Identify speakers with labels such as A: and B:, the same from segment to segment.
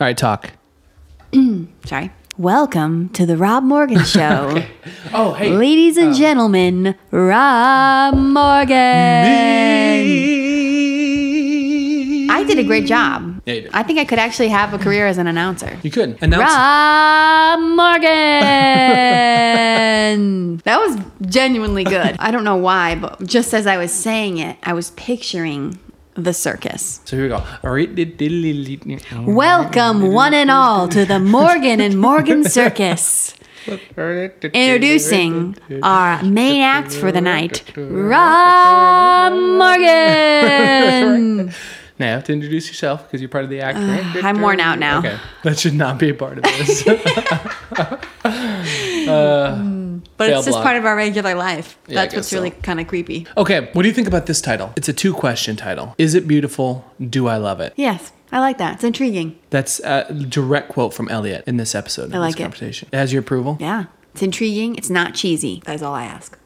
A: All right, talk.
B: Sorry.
C: Welcome to the Rob Morgan Show.
A: Oh, hey.
C: Ladies and gentlemen, Rob Morgan.
B: I did a great job.
A: Yeah, you did.
B: I think I could actually have a career as an announcer.
A: You could announce.
C: Rob Morgan.
B: That was genuinely good. I don't know why, but just as I was saying it, I was picturing the circus.
A: So here we go.
C: Welcome, one and all, to the Morgan and Morgan Circus. Introducing our main act for the night, Rob Morgan.
A: Now you have to introduce yourself because you're part of the
B: Uh,
A: act. right?
B: I'm worn out now.
A: Okay, that should not be a part of this.
B: But
A: Fail
B: it's just
A: block.
B: part of our regular life.
A: Yeah, I
B: That's what's
A: guess
B: really
A: so.
B: kind of creepy.
A: okay, what do you think about this title? It's a two-question title. Is it beautiful? Do I love it?
B: Yes, I like that. It's intriguing.
A: That's a direct quote from Elliot in this episode. I
B: like
A: this
B: it.
A: Conversation. It has your approval.
B: Yeah, it's intriguing. It's not cheesy. That's all I ask.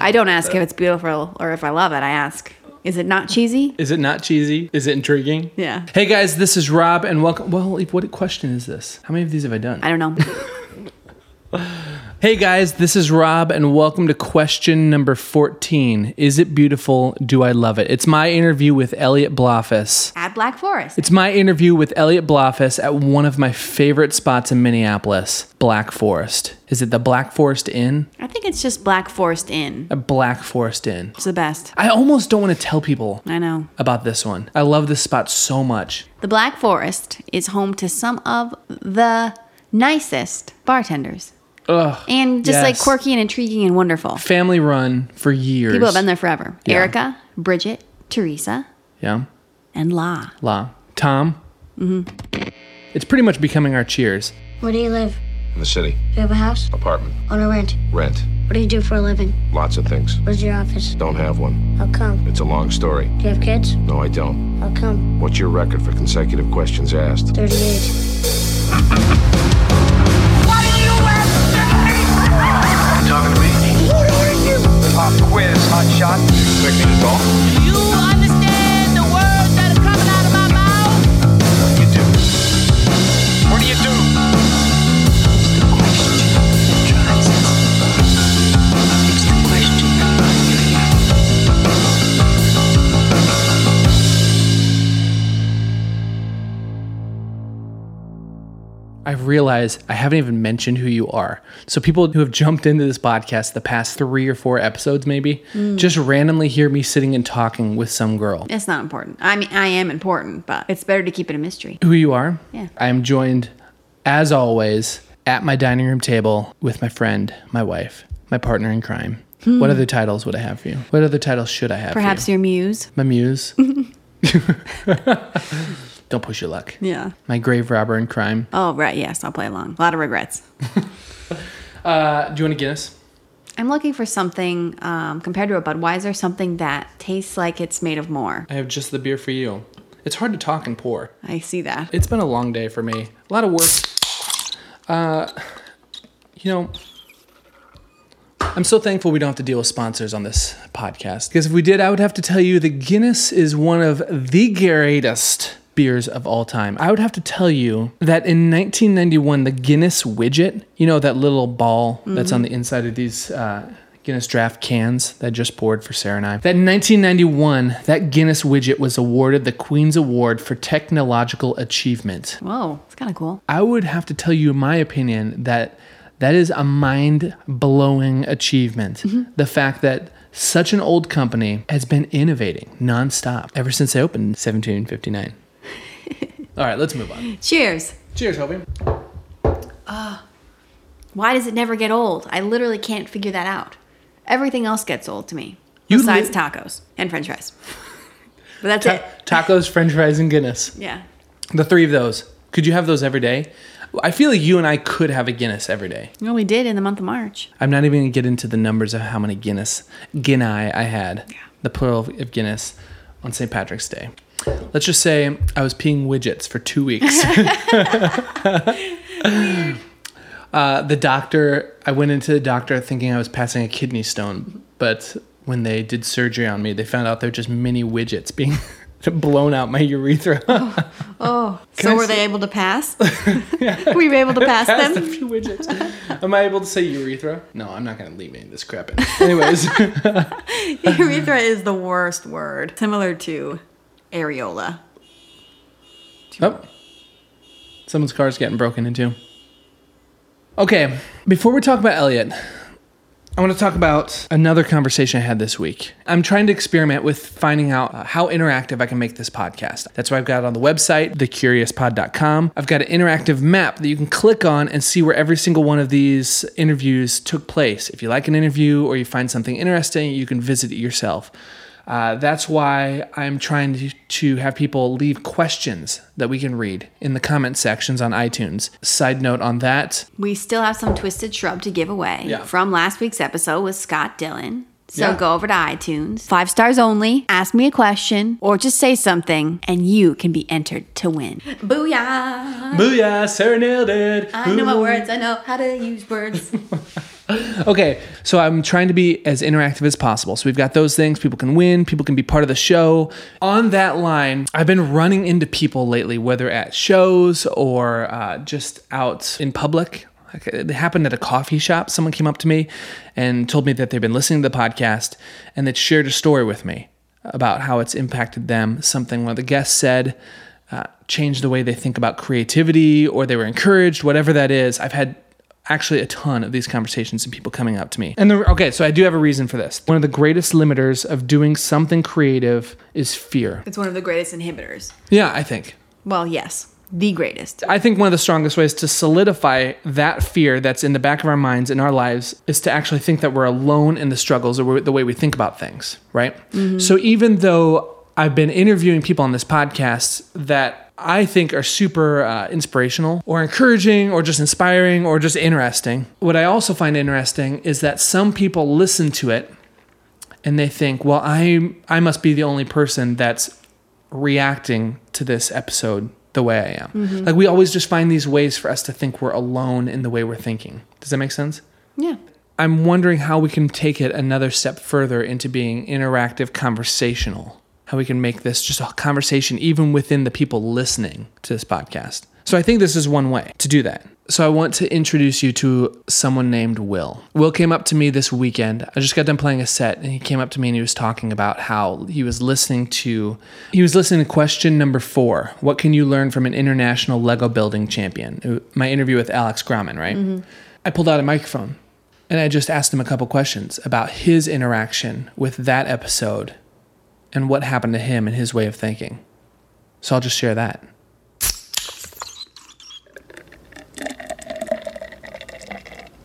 B: I don't ask if it's beautiful or if I love it. I ask, is it not cheesy?
A: Is it not cheesy? Is it intriguing?
B: Yeah.
A: Hey guys, this is Rob, and welcome. Well, what question is this? How many of these have I done?
B: I don't know.
A: Hey guys, this is Rob, and welcome to question number 14 Is it beautiful? Do I love it? It's my interview with Elliot Blofeld.
B: At Black Forest.
A: It's my interview with Elliot Blofeld at one of my favorite spots in Minneapolis, Black Forest. Is it the Black Forest Inn?
B: I think it's just Black Forest Inn.
A: A Black Forest Inn.
B: It's the best.
A: I almost don't want to tell people
B: I know.
A: about this one. I love this spot so much.
B: The Black Forest is home to some of the nicest bartenders.
A: Ugh.
B: And just like
A: Yes.
B: quirky and intriguing and wonderful.
A: Family run for years.
B: People have been there forever.
A: Yeah.
B: Erica, Bridget, Teresa,
A: Yeah.
B: and La.
A: La. Tom? Mm-hmm. It's pretty much becoming our cheers.
D: Where do you live?
E: In the city.
D: Do you have a house?
E: Apartment.
D: On a rent?
E: Rent.
D: What do you do for a living?
E: Lots of things.
D: Where's your office?
E: Don't have one.
D: How come?
E: It's a long story.
D: Do you have kids?
E: No, I don't.
D: How come?
E: What's your record for consecutive questions asked?
D: 38.
F: Why do you wear
G: You talking to me? Pop quiz, hot shot. Expect me to talk?
F: Do you understand the words that are coming out of my mouth?
G: You do. What do you do?
A: I realize I haven't even mentioned who you are. So people who have jumped into this podcast the past three or four episodes, maybe,
B: Mm.
A: just randomly hear me sitting and talking with some girl.
B: It's not important. I mean, I am important, but it's better to keep it a mystery.
A: Who you are?
B: Yeah.
A: I am joined, as always, at my dining room table with my friend, my wife, my partner in crime. What other titles would I have for you? What other titles should I have? for you?
B: Hmm. Perhaps your muse.
A: my muse. Don't push your luck.
B: Yeah.
A: My grave robber in crime.
B: Oh, right. Yes, I'll play along. A lot of regrets.
A: Uh, do you want a Guinness?
B: I'm looking for something um, compared to a Budweiser, something that tastes like it's made of more.
A: I have just the beer for you. It's hard to talk and pour.
B: I see that.
A: It's been a long day for me. A lot of work. Uh, you know, I'm so thankful we don't have to deal with sponsors on this podcast. Because if we did, I would have to tell you that Guinness is one of the greatest beers of all time. I would have to tell you that in 1991, the Guinness widget, you know, that little ball that's on the inside of these. Uh, Guinness draft cans that I just poured for Sarah and I. That in 1991, that Guinness widget was awarded the Queen's Award for Technological Achievement.
B: Whoa, it's kind of cool.
A: I would have to tell you, in my opinion, that that is a mind blowing achievement. The fact that such an old company has been innovating nonstop ever since they opened in 1759. All right, let's move on.
B: Cheers.
A: Cheers, Hobie.
B: Why does it never get old? I literally can't figure that out. Everything else gets old to me,
A: You
B: besides
A: li-
B: tacos and French fries. but that's it.
A: tacos, french fries, and Guinness.
B: Yeah.
A: The three of those. Could you have those every day? I feel like you and I could have a Guinness every day.
B: No, we did in the month of March.
A: I'm not even gonna get into the numbers of how many Guinness Guinea I had. The plural of of Guinness on St. Patrick's Day. Let's just say I was peeing widgets for two weeks. uh, the doctor, I went into the doctor thinking I was passing a kidney stone, but when they did surgery on me, they found out they're just mini widgets being blown out my urethra.
B: so
A: I
B: were they able to pass? were you able to pass
A: Passed a
B: them?
A: few widgets. Am I able to say urethra? No, I'm not going to leave any of this crap in. Anyways,
B: Urethra is the worst word, similar to areola.
A: oh, someone's car's getting broken into. Okay, before we talk about Elliot, I want to talk about another conversation I had this week. I'm trying to experiment with finding out uh, how interactive I can make this podcast. That's what I've got on the website, thecuriouspod.com. I've got an interactive map that you can click on and see where every single one of these interviews took place. If you like an interview or you find something interesting, you can visit it yourself. Uh, that's why I'm trying to, to have people leave questions that we can read in the comment sections on iTunes. Side note on that,
B: We still have some twisted shrub to give away
A: Yeah.
B: from last week's episode with Scott Dillon. So
A: Yeah.
B: go over to iTunes, five stars only, ask me a question, or just say something, and you can be entered to win. Booyah!
A: Booyah, Sarah nailed it.
B: I know my words, I know how to use words.
A: Okay, so I'm trying to be as interactive as possible. So we've got those things. People can win, people can be part of the show. On that line, I've been running into people lately, whether at shows or uh, just out in public. Like, It happened at a coffee shop. Someone came up to me and told me that they've been listening to the podcast and that shared a story with me about how it's impacted them. Something one of the guests said uh, changed the way they think about creativity or they were encouraged, whatever that is. I've had actually a ton of these conversations and people coming up to me. And the, okay, so I do have a reason for this. One of the greatest limiters of doing something creative is fear.
B: it's one of the greatest inhibitors.
A: Yeah, I think.
B: Well, yes, the greatest.
A: I think one of the strongest ways to solidify that fear that's in the back of our minds in our lives is to actually think that we're alone in the struggles or we're- the way we think about things, right? So even though I've been interviewing people on this podcast that I think are super uh, inspirational or encouraging or just inspiring or just interesting, what I also find interesting is that some people listen to it and they think, well, I I must be the only person that's reacting to this episode the way I am. Like we always just find these ways for us to think we're alone in the way we're thinking. Does that make sense?
B: Yeah.
A: I'm wondering how we can take it another step further into being interactive conversational. How we can make this just a conversation even within the people listening to this podcast. So I think this is one way to do that. So I want to introduce you to someone named Will. Will came up to me this weekend. I just got done playing a set and he came up to me and he was talking about how he was listening to he was listening to question number 4. What can you learn from an international Lego building champion? Uh, My interview with Alex Grauman, right? I pulled out a microphone and I just asked him a couple questions about his interaction with that episode and what happened to him and his way of thinking. So I'll just share that.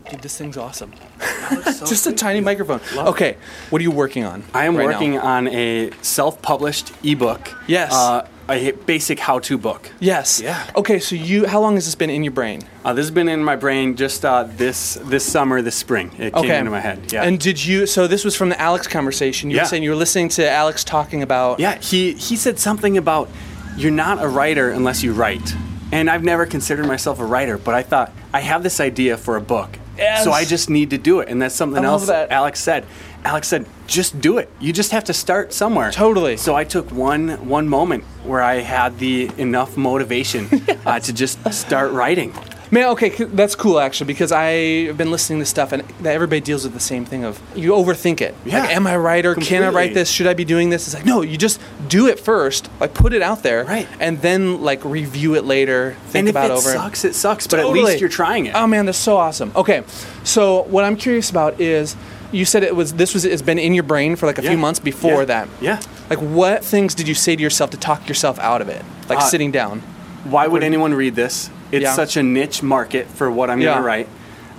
A: Dude, this thing's awesome. just a tiny microphone. okay, what are you working on?
H: I am
A: right now?
H: working on a self-published ebook.
A: Yes.
H: Uh, a basic how-to book.
A: Yes.
H: Yeah.
A: Okay, so you how long has this been in your brain?
H: Uh, this has been in my brain just uh, this this summer, this spring. It came into my head. Yeah.
A: And did you so this was from the Alex conversation. You
H: Yeah.
A: were saying you were listening to Alex talking about
H: yeah, he he said something about you're not a writer unless you write. And I've never considered myself a writer, but I thought I have this idea for a book.
A: Yes.
H: So I just need to do it, and that's something
A: I love
H: else
A: that.
H: Alex said. Alex said, "Just do it. You just have to start somewhere."
A: Totally.
H: So I took one one moment where I had the enough motivation uh, to just start writing.
A: Man, okay, c- that's cool actually because I've been listening to stuff and that everybody deals with the same thing of you overthink it.
H: Yeah,
A: Like, am I a writer? Can I write
H: completely.
A: this? Should I be doing this? It's like no, you just do it first, like put it out there,
H: Right.
A: And then like review it later, think
H: and if
A: about
H: it
A: over.
H: sucks, it sucks. But at
A: Totally.
H: least you're trying it.
A: Oh man, that's so awesome. Okay, so what I'm curious about is you said it was this was it's been in your brain for like a
H: Yeah.
A: few months before
H: Yeah.
A: that.
H: Yeah.
A: Like what things did you say to yourself to talk yourself out of it? Like
H: Uh,
A: sitting down.
H: Why would anyone read this? It's
A: Yeah.
H: such a niche market for what I'm
A: Yeah.
H: gonna write,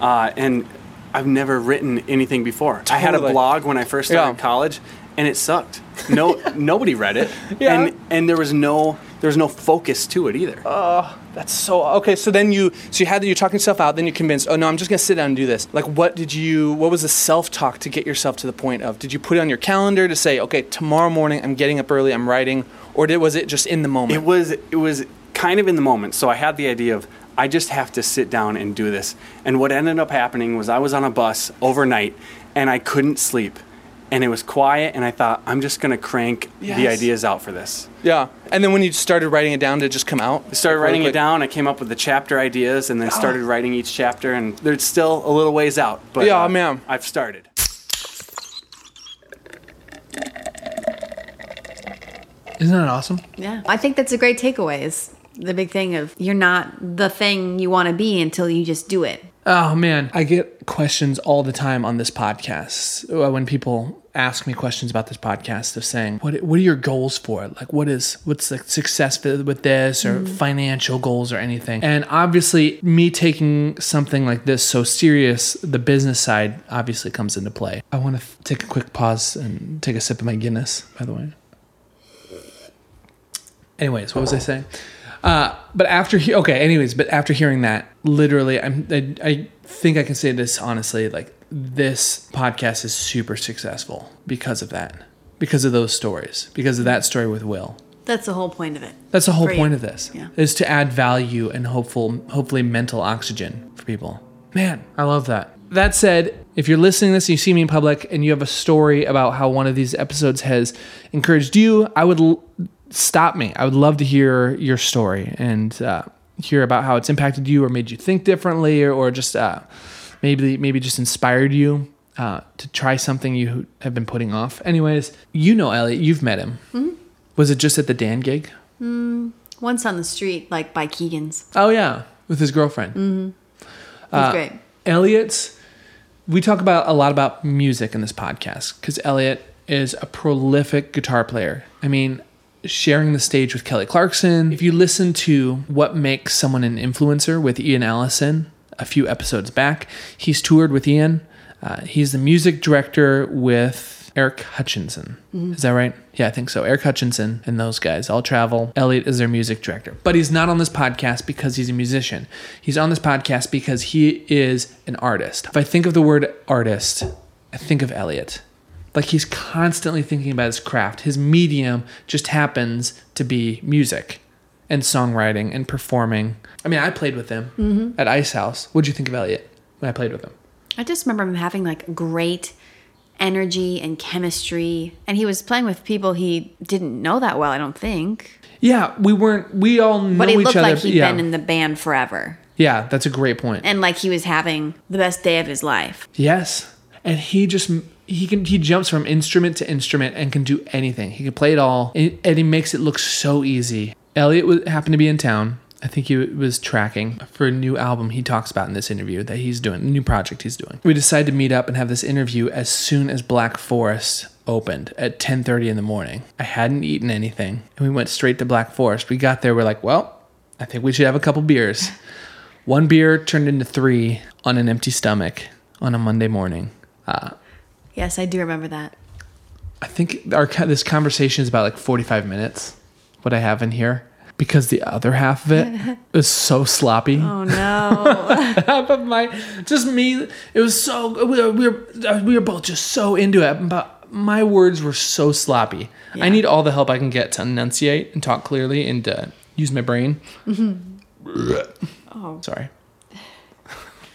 H: uh, and I've never written anything before. I had a
A: Totally.
H: blog when I first started
A: Yeah.
H: college, and it sucked. No, nobody read it,
A: Yeah.
H: and and there was no there was no focus to it either.
A: Uh. That's so okay. So then you so you had you talking yourself out. Then you're convinced. Oh no, I'm just gonna sit down and do this. Like what did you? What was the self talk to get yourself to the point of? Did you put it on your calendar to say, okay, tomorrow morning I'm getting up early, I'm writing, or did, was it just in the moment?
H: It was it was kind of in the moment. So I had the idea of I just have to sit down and do this. And what ended up happening was I was on a bus overnight and I couldn't sleep. and it was quiet, and I thought, I'm just gonna crank the
I: Yes.
H: ideas out for this.
I: Yeah. And then when you started writing it down, did it just come out?
H: I started writing it down. I came up with the chapter ideas, and then started writing each chapter. And there's still a little ways out, but uh,
I: Ah. Yeah, ma'am.
H: I've started.
I: Isn't that awesome?
B: Yeah. I think that's a great takeaway is the big thing of you're not the thing you want to be until you just do it.
I: Oh man, I get questions all the time on this podcast uh, when people ask me questions about this podcast of saying, "What what are your goals for it? Like what is what's the success fi- with this or financial goals or anything?" And obviously, me taking something like this so serious, the business side obviously comes into play. I want to f- take a quick pause and take a sip of my Guinness, by the way. Anyways, what was I saying? Uh, but after he, okay, anyways, but after hearing that, literally, I'm, I, I think I can say this honestly, like this podcast is super successful because of that, because of those stories, because of that story with Will.
B: That's the whole point of it.
I: That's the whole
B: For you.
I: point of this,
B: Yeah.
I: is to add value and hopeful, hopefully mental oxygen for people. Man, I love that. That said, if you're listening to this and you see me in public and you have a story about how one of these episodes has encouraged you, I would l- stop me. I would love to hear your story and uh, hear about how it's impacted you or made you think differently or, or just uh, maybe maybe just inspired you uh, to try something you have been putting off. Anyways, you know Elliot, you've met him.
B: Mm-hmm.
I: Was it just at the Dan gig?
B: Once on the street, like by Keegan's.
I: Oh yeah, with his girlfriend. Uh,
B: That's great.
I: Elliot's. We talk about a lot about music in this podcast because Elliot is a prolific guitar player. I mean, sharing the stage with Kelly Clarkson. If you listen to what makes someone an influencer with Ian Allison a few episodes back, he's toured with Ian. Uh, he's the music director with Eric Hutchinson. Is that right? Yeah, I think so. Eric Hutchinson and those guys all travel. Elliot is their music director. But he's not on this podcast because he's a musician. He's on this podcast because he is an artist. If I think of the word artist, I think of Elliot. Like he's constantly thinking about his craft. His medium just happens to be music and songwriting and performing. I mean, I played with him at Ice House. What'd you think of Elliot when I played with him?
B: I just remember him having like great energy and chemistry. And he was playing with people he didn't know that well, I don't think.
I: Yeah, we weren't. We all know
B: But he
I: each
B: looked
I: other.
B: like he had
I: yeah,
B: been in the band forever.
I: yeah, that's a great point.
B: And like he was having the best day of his life.
I: yes, and he just he can he jumps from instrument to instrument and can do anything. He can play it all, and, and he makes it look so easy. Elliot was, happened to be in town. I think he was tracking for a new album he talks about in this interview that he's doing, a new project he's doing. We decided to meet up and have this interview as soon as Black Forest opened at 10:30 in the morning. I hadn't eaten anything, and we went straight to Black Forest. We got there, we're like, "Well, I think we should have a couple beers." One beer turned into three on an empty stomach on a Monday morning. Uh,
B: Yes, I do remember that.
I: I think our co- this conversation is about like 45 minutes, what I have in here, because the other half of it was so sloppy.
B: Oh no.
I: half of my, just me, it was so, we were, we were, we were both just so into it, but my words were so sloppy. I need all the help I can get to enunciate and talk clearly and to use my brain.
B: Mm-hmm.
I: oh. Sorry.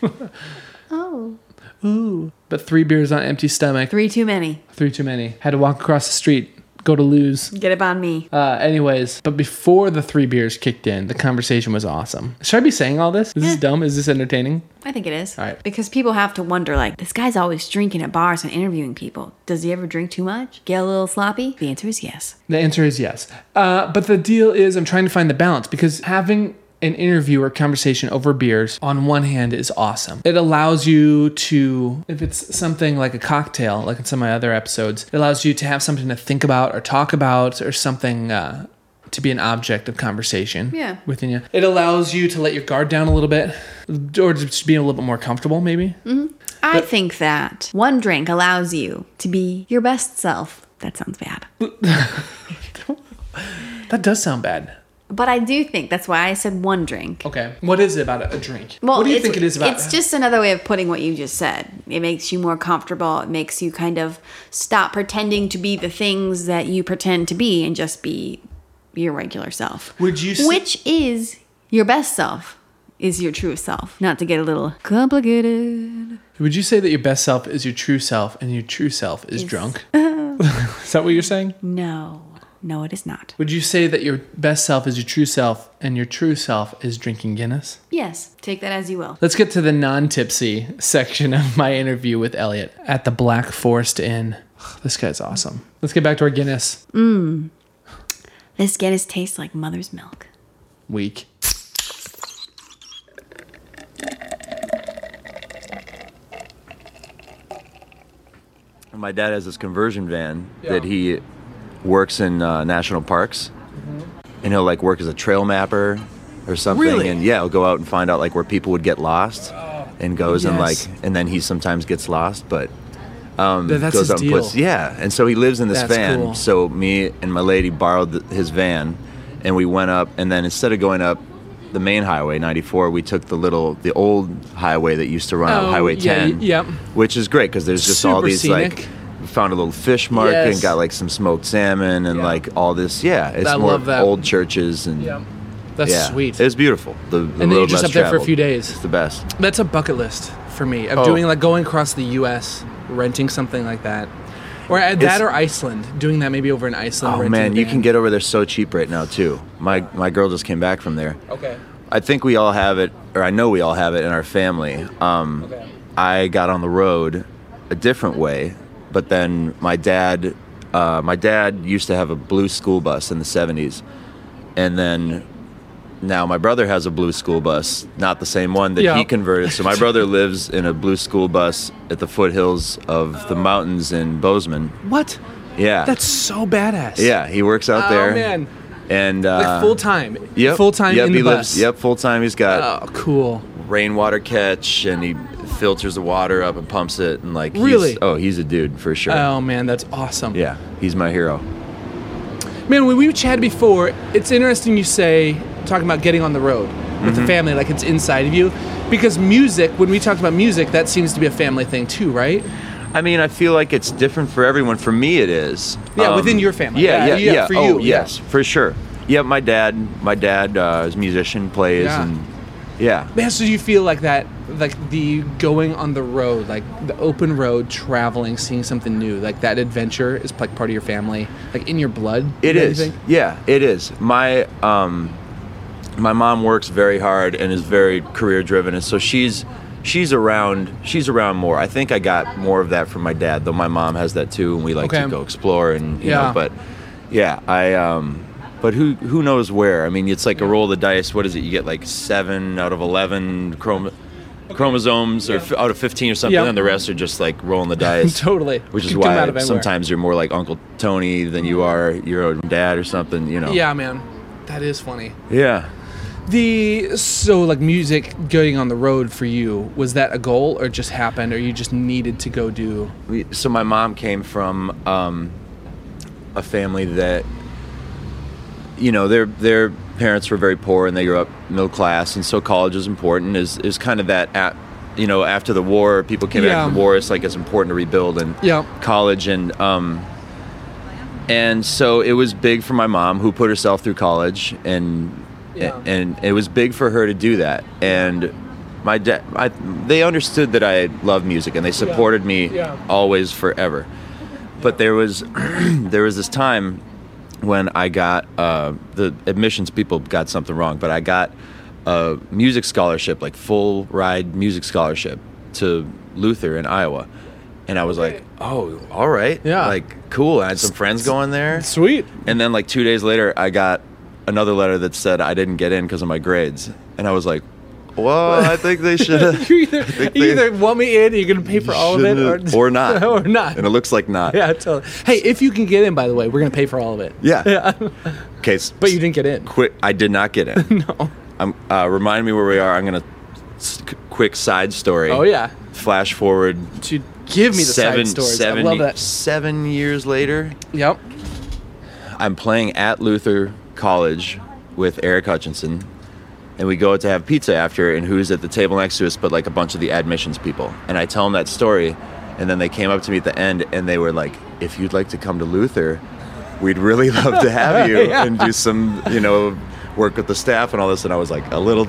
B: oh.
I: But three beers on an empty stomach.
B: Three too many.
I: Three too many. Had to walk across the street, go to lose.
B: Get it on me.
I: Uh, anyways, but before the three beers kicked in, the conversation was awesome. Should I be saying all this? Is this dumb? Is this entertaining?
B: I think it is.
I: right.
B: Because people have to wonder like, this guy's always drinking at bars and interviewing people. Does he ever drink too much? Get a little sloppy? The answer is yes.
I: The answer is yes. Uh, but the deal is, I'm trying to find the balance because having an interview or conversation over beers on one hand is awesome. It allows you to, if it's something like a cocktail, like in some of my other episodes, it allows you to have something to think about or talk about or something uh, to be an object of conversation
B: Yeah.
I: within you. It allows you to let your guard down a little bit or just be a little bit more comfortable, maybe.
B: Mm. I think that one drink allows you to be your best self. That sounds bad.
I: That does sound bad.
B: But I do think that's why I said one drink.
I: Okay. What is it about a- a drink? what do you
B: it's-
I: think it is about?
B: It's just another way of putting what you just said. It makes you more comfortable. It makes you kind of stop pretending to be the things that you pretend to be and just be your regular self.
I: Would you s-
B: Which is your best self. is your true self, not to get a little complicated.
I: Would you say that your best self is your true self and your true self is drunk? is that what you're saying?
B: No, no, it is not.
I: Would you say that your best self is your true self and your true self is drinking Guinness?
B: Yes, take that as you will.
I: Let's get to the non tipsy section of my interview with Elliot at the Black Forest Inn. This guy's awesome. Let's get back to our Guinness
B: This Guinness tastes like mother's milk.
I: week.
J: My dad has this conversion van that he works in uh, national parks,
I: Mm-hmm.
J: and he'll like work as a trail mapper or something.
I: Really? Oh.
J: And yeah, he'll go out and find out like where people would get lost, and goes and
I: Yes.
J: like, and then he sometimes gets lost, but um,
I: Th- That's
J: goes
I: his
J: out and
I: deal.
J: puts yeah. And so he lives in this
I: That's
J: van.
I: cool.
J: So me and my lady borrowed th his van, and we went up. And then instead of going up the main highway 94, we took the little the old highway that used to run
I: Oh,
J: up Highway
I: yeah,
J: 10.
I: y- yep.
J: Which is great because there's just all
I: Super
J: these
I: scenic.
J: like. we Found a little fish market
I: Yes.
J: and got like some smoked salmon and
I: Yeah.
J: like all this. Yeah, it's
I: I
J: more
I: love that.
J: old churches and yeah,
I: That's sweet.
J: It was beautiful. The, the
I: then
J: road
I: you're just
J: less
I: up there for a
J: traveled.
I: few days.
J: It's the best.
I: That's a bucket list for me of
J: Oh.
I: doing like going across the U.S., renting something like that, or uh, that
J: It's-
I: or Iceland, doing that maybe over in Iceland.
J: Oh
I: renting
J: man,
I: a
J: you
I: van.
J: can get over there so cheap right now too. My my girl just came back from there.
I: okay.
J: I think we all have it, or I know we all have it in our family. Um, I got on the road a different way, but then my dad, uh, my dad used to have a blue school bus in the '70s, and then now my brother has a blue school bus, not the same one that
I: Yeah.
J: he converted. So my brother lives in a blue school bus at the foothills of the mountains in Bozeman.
I: What?
J: Yeah,
I: That's so badass.
J: yeah. He works out
I: Oh,
J: there.
I: man.
J: And uh,
I: Like full time.
J: Yep.
I: Full time
J: Yep.
I: in
J: he
I: the
J: lives.
I: bus.
J: Yep. Full time. He's got
I: Oh, cool.
J: rainwater catch and he filters the water up and pumps it and like he's-
I: Really?
J: oh he's a dude for sure
I: Oh man, that's awesome.
J: yeah he's my hero
I: Man, when we chatted before, it's interesting you say talking about getting on the road with
J: Mm-hmm.
I: the family, like it's inside of you, because music. When we talked about music, that seems to be a family thing too, right?
J: i mean i feel like it's different for everyone for me it is Um,
I: Yeah, within your family. Yeah,
J: yeah yeah
I: yeah,
J: yeah,
I: for
J: oh
I: you, yeah.
J: yes for sure yeah my dad my dad uh, is a musician plays
I: Yeah.
J: and yeah
I: Man, so you feel like that, like the going on the road, like the open road, traveling, seeing something new, like that adventure is like part of your family, like in your blood.
J: It
I: you
J: is.
I: think?
J: Yeah, it is. My um, my mom works very hard and is very career driven, and so she's she's around she's around more. I think I got more of that from my dad, though my mom has that too, and we like
I: Okay.
J: to go explore and you
I: Yeah.
J: know, but yeah, I um, but who who knows where? I mean, it's like a roll of the dice. What is it? You get like seven out of eleven chrom- chromosomes, or f- out of fifteen or something,
I: Yeah.
J: and the rest are just like rolling the dice.
I: Totally.
J: Which is
I: Could come out
J: why
I: of anywhere.
J: sometimes you're more like Uncle Tony than you are your own dad or something, you know.
I: Yeah, man, that is funny.
J: Yeah.
I: The so like music going on the road for you was that a goal or just happened or you just needed to go do?
J: We- So my mom came from um, a family that, you know, their their parents were very poor and they grew up middle class, and so college is important. Is is kind of that at, you know, after the war, people came back
I: Yeah.
J: from the war. It's like it's important to rebuild and
I: Yeah.
J: college and um, and so it was big for my mom who put herself through college and
I: Yeah.
J: and it was big for her to do that and my dad I, they understood that i love music and they supported me
I: Yeah.
J: always forever but there was there was this time when i got uh, the admissions people got something wrong but i got a music scholarship like full ride music scholarship to luther in iowa and i was like oh all right
I: Yeah.
J: like cool i had some friends going there
I: Sweet.
J: and then like two days later, I got another letter that said I didn't get in because of my grades, and I was like, "Well, I think they should."
I: You either,
J: think
I: you
J: they-
I: either want me in, you're gonna pay for all of it,
J: shouldn't-
I: or,
J: not,
I: or not.
J: and it looks like not.
I: yeah, totally. Hey, if you can get in, by the way, we're gonna pay for all of it.
J: yeah. Okay, s-
I: But you didn't get in.
J: Quit. I did not get in. no. I'm, uh, remind me where we are. I'm gonna s- c- quick side story.
I: Oh yeah.
J: Flash forward
I: To give me the
J: seven,
I: side stories.
J: seven-
I: I love that.
J: seven years later.
I: Yep.
J: I'm playing at Luther College with Eric Hutchinson, and we go out to have pizza after. And who's at the table next to us but like a bunch of the admissions people? And I tell them that story, and then they came up to me at the end and they were like, "If you'd like to come to Luther, we'd really love to have you and do some, you know." work with the staff and all this, and I was like a little,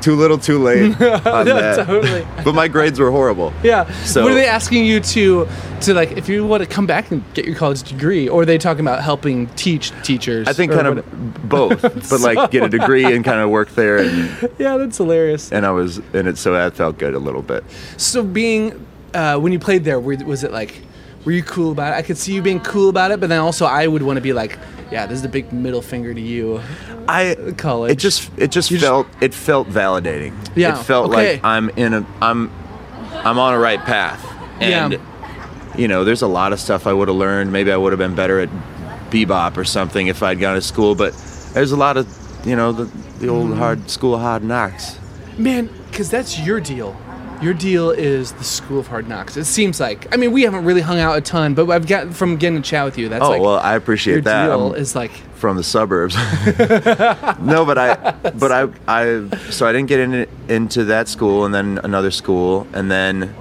J: too little, too late. on that.
I: totally.
J: but my grades were horrible.
I: Yeah.
J: So-
I: what are they asking you to to like if you want to come back and get your college degree, or are they talking about helping teach teachers?
J: I think
I: or
J: kind
I: what-
J: of both, but like get a degree and kind of work there, and,
I: Yeah, that's hilarious.
J: and I was in it, so that felt good a little bit.
I: So being uh, when you played there, were, was it like were you cool about it? I could see you being cool about it, but then also I would want to be like, yeah, this is the big middle finger to you.
J: I
I: College.
J: It just it just
I: You just-
J: felt it felt validating.
I: Yeah,
J: It felt
I: okay.
J: like I'm in a I'm I'm on a right path. And
I: Yeah.
J: you know, there's a lot of stuff I would have learned. Maybe I would have been better at bebop or something if I'd gone to school, but there's a lot of you know, the the
I: Mm-hmm.
J: old hard school hard knocks.
I: Man, because that's your deal. Your deal is the School of Hard Knocks. It seems like. I mean, we haven't really hung out a ton, but I've got from getting to chat with you. That's
J: oh
I: like
J: well I appreciate
I: your
J: that.
I: deal
J: I'm
I: is like
J: from the suburbs. no, but I but I I so I didn't get in, into that school and then another school and then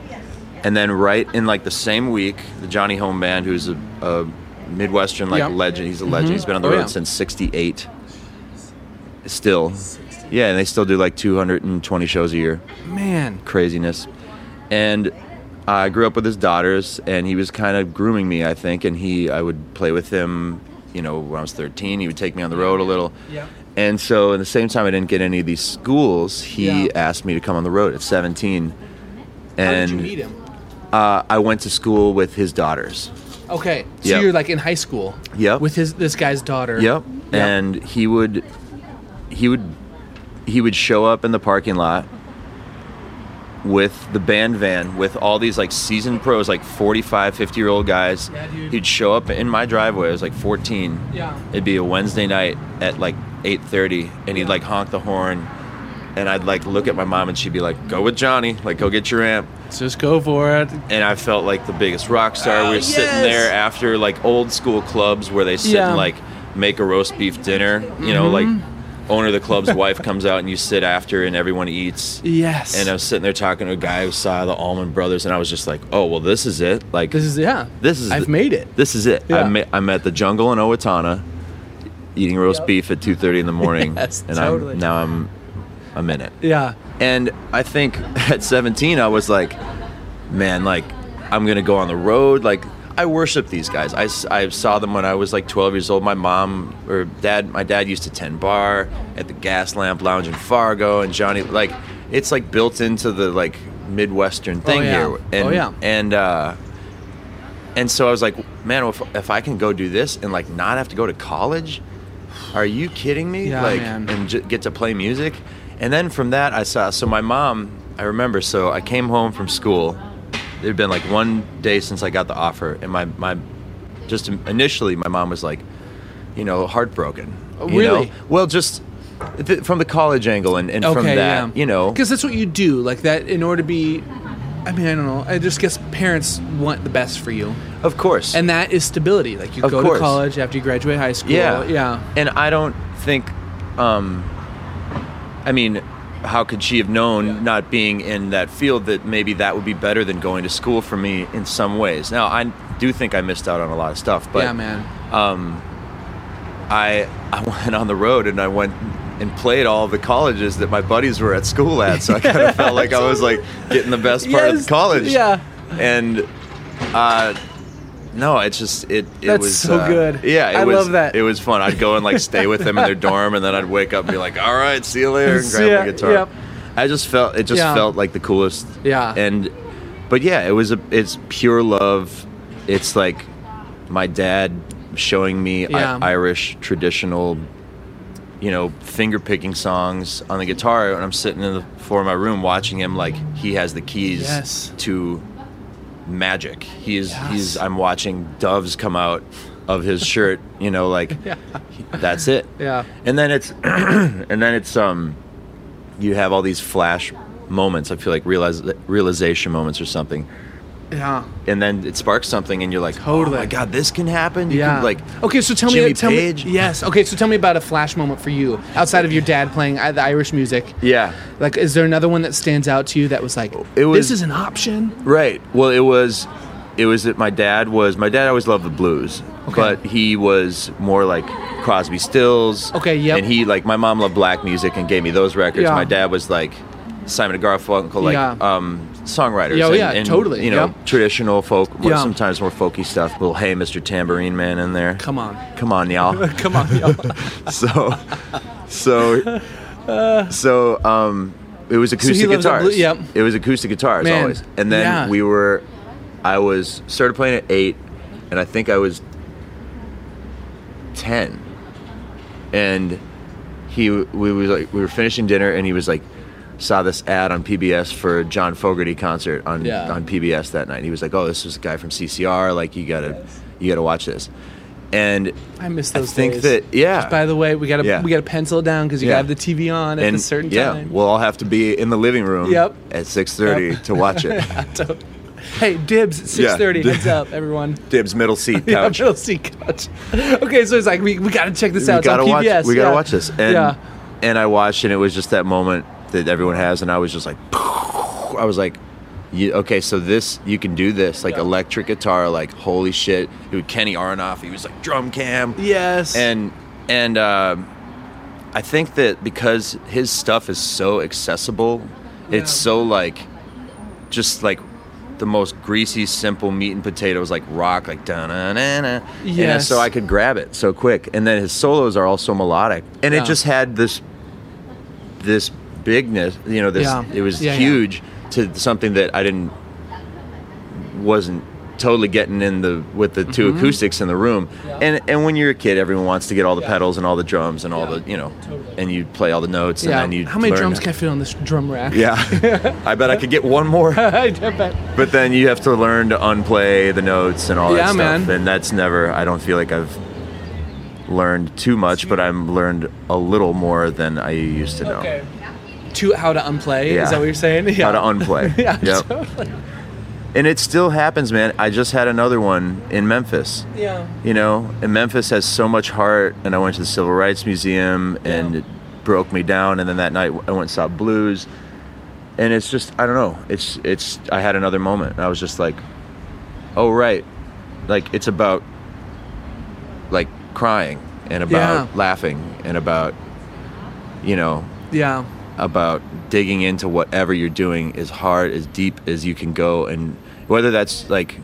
J: and then right in like the same week, the Johnny Home Band, who's a, a Midwestern like
I: Yeah.
J: legend. He's a legend. He's been on the
I: Oh,
J: road
I: yeah.
J: since '68. Still, yeah, and they still do like 220 shows a year
I: man.
J: craziness. And I grew up with his daughters, and he was kind of grooming me, I think. And he, I would play with him, you know, when I was 13. He would take me on the road a little.
I: Yeah.
J: And so, at the same time, I didn't get any of these schools. He
I: Yeah.
J: asked me to come on the road at 17.
I: How
J: And
I: did you meet him?
J: Uh, I went to school with his daughters.
I: Okay, so
J: Yep.
I: you're like in high school.
J: Yep.
I: With his this guy's daughter.
J: Yep. And he would, he would, he would show up in the parking lot with the band van with all these like seasoned pros, like 45, 50 year old guys.
I: Yeah, dude.
J: He'd show up in my driveway. I was like 14.
I: Yeah.
J: It'd be a Wednesday night at like 8:30, and he'd like honk the horn, and I'd like look at my mom, and she'd be like, "Go with Johnny. Like, go get your amp."
I: Just go for it.
J: and I felt like the biggest rock star.
I: Oh,
J: we were sitting there after like old school clubs where they sit
I: Yeah.
J: and like make a roast beef dinner. You know,
I: Mm-hmm.
J: like owner of the club's wife comes out and you sit after and everyone eats.
I: Yes.
J: And uh, I was sitting there talking to a guy who saw the Allman Brothers, and I was just like, "Oh, well, this is it. Like,
I: this is yeah.
J: this is
I: I've
J: the-
I: made it.
J: This is it.
I: Yeah.
J: I'm, a- I'm at the jungle in Owatonna, eating roast beef at 2:30 in the morning,
I: Yes,
J: and
I: totally.
J: I'm now I'm I'm in it.
I: Yeah.
J: And I think at 17, I was like, man, like, I'm going to go on the road. Like, I worship these guys. I, s- I saw them when I was like 12 years old. My mom or dad, my dad used to 10 bar at the Gas Lamp Lounge in Fargo. And Johnny, like, it's like built into the like Midwestern thing
I: yeah.
J: here. And,
I: Oh, yeah.
J: And, uh, and so I was like, man, if, if I can go do this and like not have to go to college, are you kidding me?
I: Yeah,
J: like,
I: man.
J: and j- get to play music. And then from that, I saw. So my mom, I remember. So I came home from school. It had been like one day since I got the offer, and my my, just initially, my mom was like, you know, heartbroken. you
I: Oh, really?
J: know? Well, just th- from the college angle and, and from that, you know.
I: because that's what you do. Like that in order to be. I mean, I don't know. I just guess parents want the best for you,
J: Of course.
I: and that is stability. Like you
J: Of
I: go to
J: course.
I: college after you graduate high school.
J: Yeah,
I: yeah.
J: And I don't think, um, I mean, how could she have known, not being in that field, that maybe that would be better than going to school for me in some ways? Now, I do think I missed out on a lot of stuff, but
I: yeah, man.
J: I I went on the road and I went and played all the colleges that my buddies were at school at. So I kind of felt like I was like getting the best part
I: Yes,
J: of college.
I: yeah.
J: And uh no, it's just it. it
I: That's
J: was
I: so
J: uh,
I: good.
J: Yeah, it
I: I
J: was,
I: love that.
J: It was fun. I'd go and like stay with them in their dorm, and then I'd wake up and be like, "All right, see you later," and
I: See
J: grab
I: ya,
J: my guitar.
I: yep.
J: I just felt it. Just
I: Yeah.
J: felt like the coolest.
I: Yeah.
J: And but yeah, it was a. It's pure love. It's like my dad showing me I-
I: Yeah.
J: Irish traditional, you know, finger picking songs on the guitar, and I'm sitting in the floor of my room watching him like he has the keys
I: Yes.
J: to magic. He's
I: Yes.
J: he's I'm watching doves come out of his shirt, you know, like that's it.
I: Yeah.
J: And then it's and then it's um you have all these flash moments, I feel like realize realization moments or something
I: Yeah.
J: and then it sparks something, and you're like,
I: Totally.
J: "Oh my god, this can happen!" You
I: Yeah.
J: can, like,
I: okay, so tell me,
J: Jimmy
I: tell
J: Page.
I: me, yes. Okay, so tell me about a flash moment for you outside of your dad playing I- the Irish music.
J: yeah,
I: Like, is there another one that stands out to you that was like,
J: It was-
I: this is an option?
J: right. Well, it was, it was that my dad was. My dad always loved the blues, but he was more like Crosby, Stills.
I: Okay, yep.
J: And he like my mom loved black music and gave me those records.
I: Yeah.
J: My dad was like Simon and Garfunkel, like
I: Yeah.
J: um, songwriters.
I: Yeah, oh,
J: and,
I: yeah,
J: and,
I: totally,
J: You know,
I: yeah.
J: traditional folk,
I: Yeah.
J: sometimes more folky stuff. Little Hey, Mr. Tambourine Man in there.
I: Come on.
J: Come on, y'all.
I: Come on. y'all.
J: so, so, so, um, it was acoustic
I: Uh. he lives on
J: guitars.
I: blue- yep.
J: It was acoustic guitars
I: Man,
J: always. And then
I: yeah.
J: we were, I was started playing at eight, and I think I was ten, and he we was like we were finishing dinner, and he was like. Saw this ad on PBS for a John Fogerty concert on
I: Yeah.
J: on PBS that night. He was like, "Oh, this is a guy from CCR. Like, you gotta, you gotta watch this." And
I: I miss those
J: I think
I: days.
J: that yeah.
I: Just by the way, we gotta
J: Yeah.
I: we gotta pencil it down because you
J: Yeah.
I: gotta have the TV on at a certain
J: yeah,
I: time.
J: we'll all have to be in the living room
I: Yep.
J: at 6:30 to watch it.
I: hey, dibs at six
J: Yeah.
I: thirty. Heads up, everyone.
J: Dibs middle seat
I: Yeah,
J: couch.
I: middle seat couch. Okay, so it's like we, we gotta check this
J: we
I: out.
J: gotta
I: it's on
J: watch.
I: PBS.
J: We
I: yeah.
J: gotta watch this. And
I: yeah.
J: and I watched, and it was just that moment that everyone has, and I was just like, I was like. You, okay, so this you can do this like electric guitar, like holy shit! It was Kenny Aronoff. He was like drum cam,
I: Yes.
J: and and um I think that because his stuff is so accessible, it's so like just like the most greasy, simple meat and potatoes, like rock, like da na na na. And
I: Yes.
J: so I could grab it so quick, and then his solos are also melodic, and
I: Yeah.
J: it just had this this bigness, you know, this
I: Yeah.
J: it was
I: Yeah, yeah.
J: huge to something that I didn't wasn't totally getting in the with the
I: Mm-hmm.
J: 2 acoustics in the room. And and when you're a kid, everyone wants to get all the pedals and all the drums and all the you know, and you play all the notes
I: yeah.
J: and then you
I: How many
J: learn-
I: drums can I fit on this drum rack?
J: Yeah, I bet I could get one more.
I: I bet.
J: But then you have to learn to unplay the notes and all
I: Yeah,
J: that stuff.
I: man.
J: And that's never. I don't feel like I've learned too much, but I'm learned a little more than I used to know.
I: Okay. To how to unplay?
J: Yeah.
I: Is that what you're saying? Yeah.
J: How to unplay.
I: Yeah,
J: Yep. And it still happens, man. I just had another one in Memphis.
I: Yeah.
J: You know, and Memphis has so much heart. And I went to the Civil Rights Museum, and
I: Yeah.
J: it broke me down. And then that night, I went and saw blues. And it's just, I don't know. It's, it's. I had another moment. And I was just like, oh right, like it's about like crying and
I: Yeah.
J: about laughing and about you know
I: Yeah.
J: about digging into whatever you're doing as hard as deep as you can go and whether that's like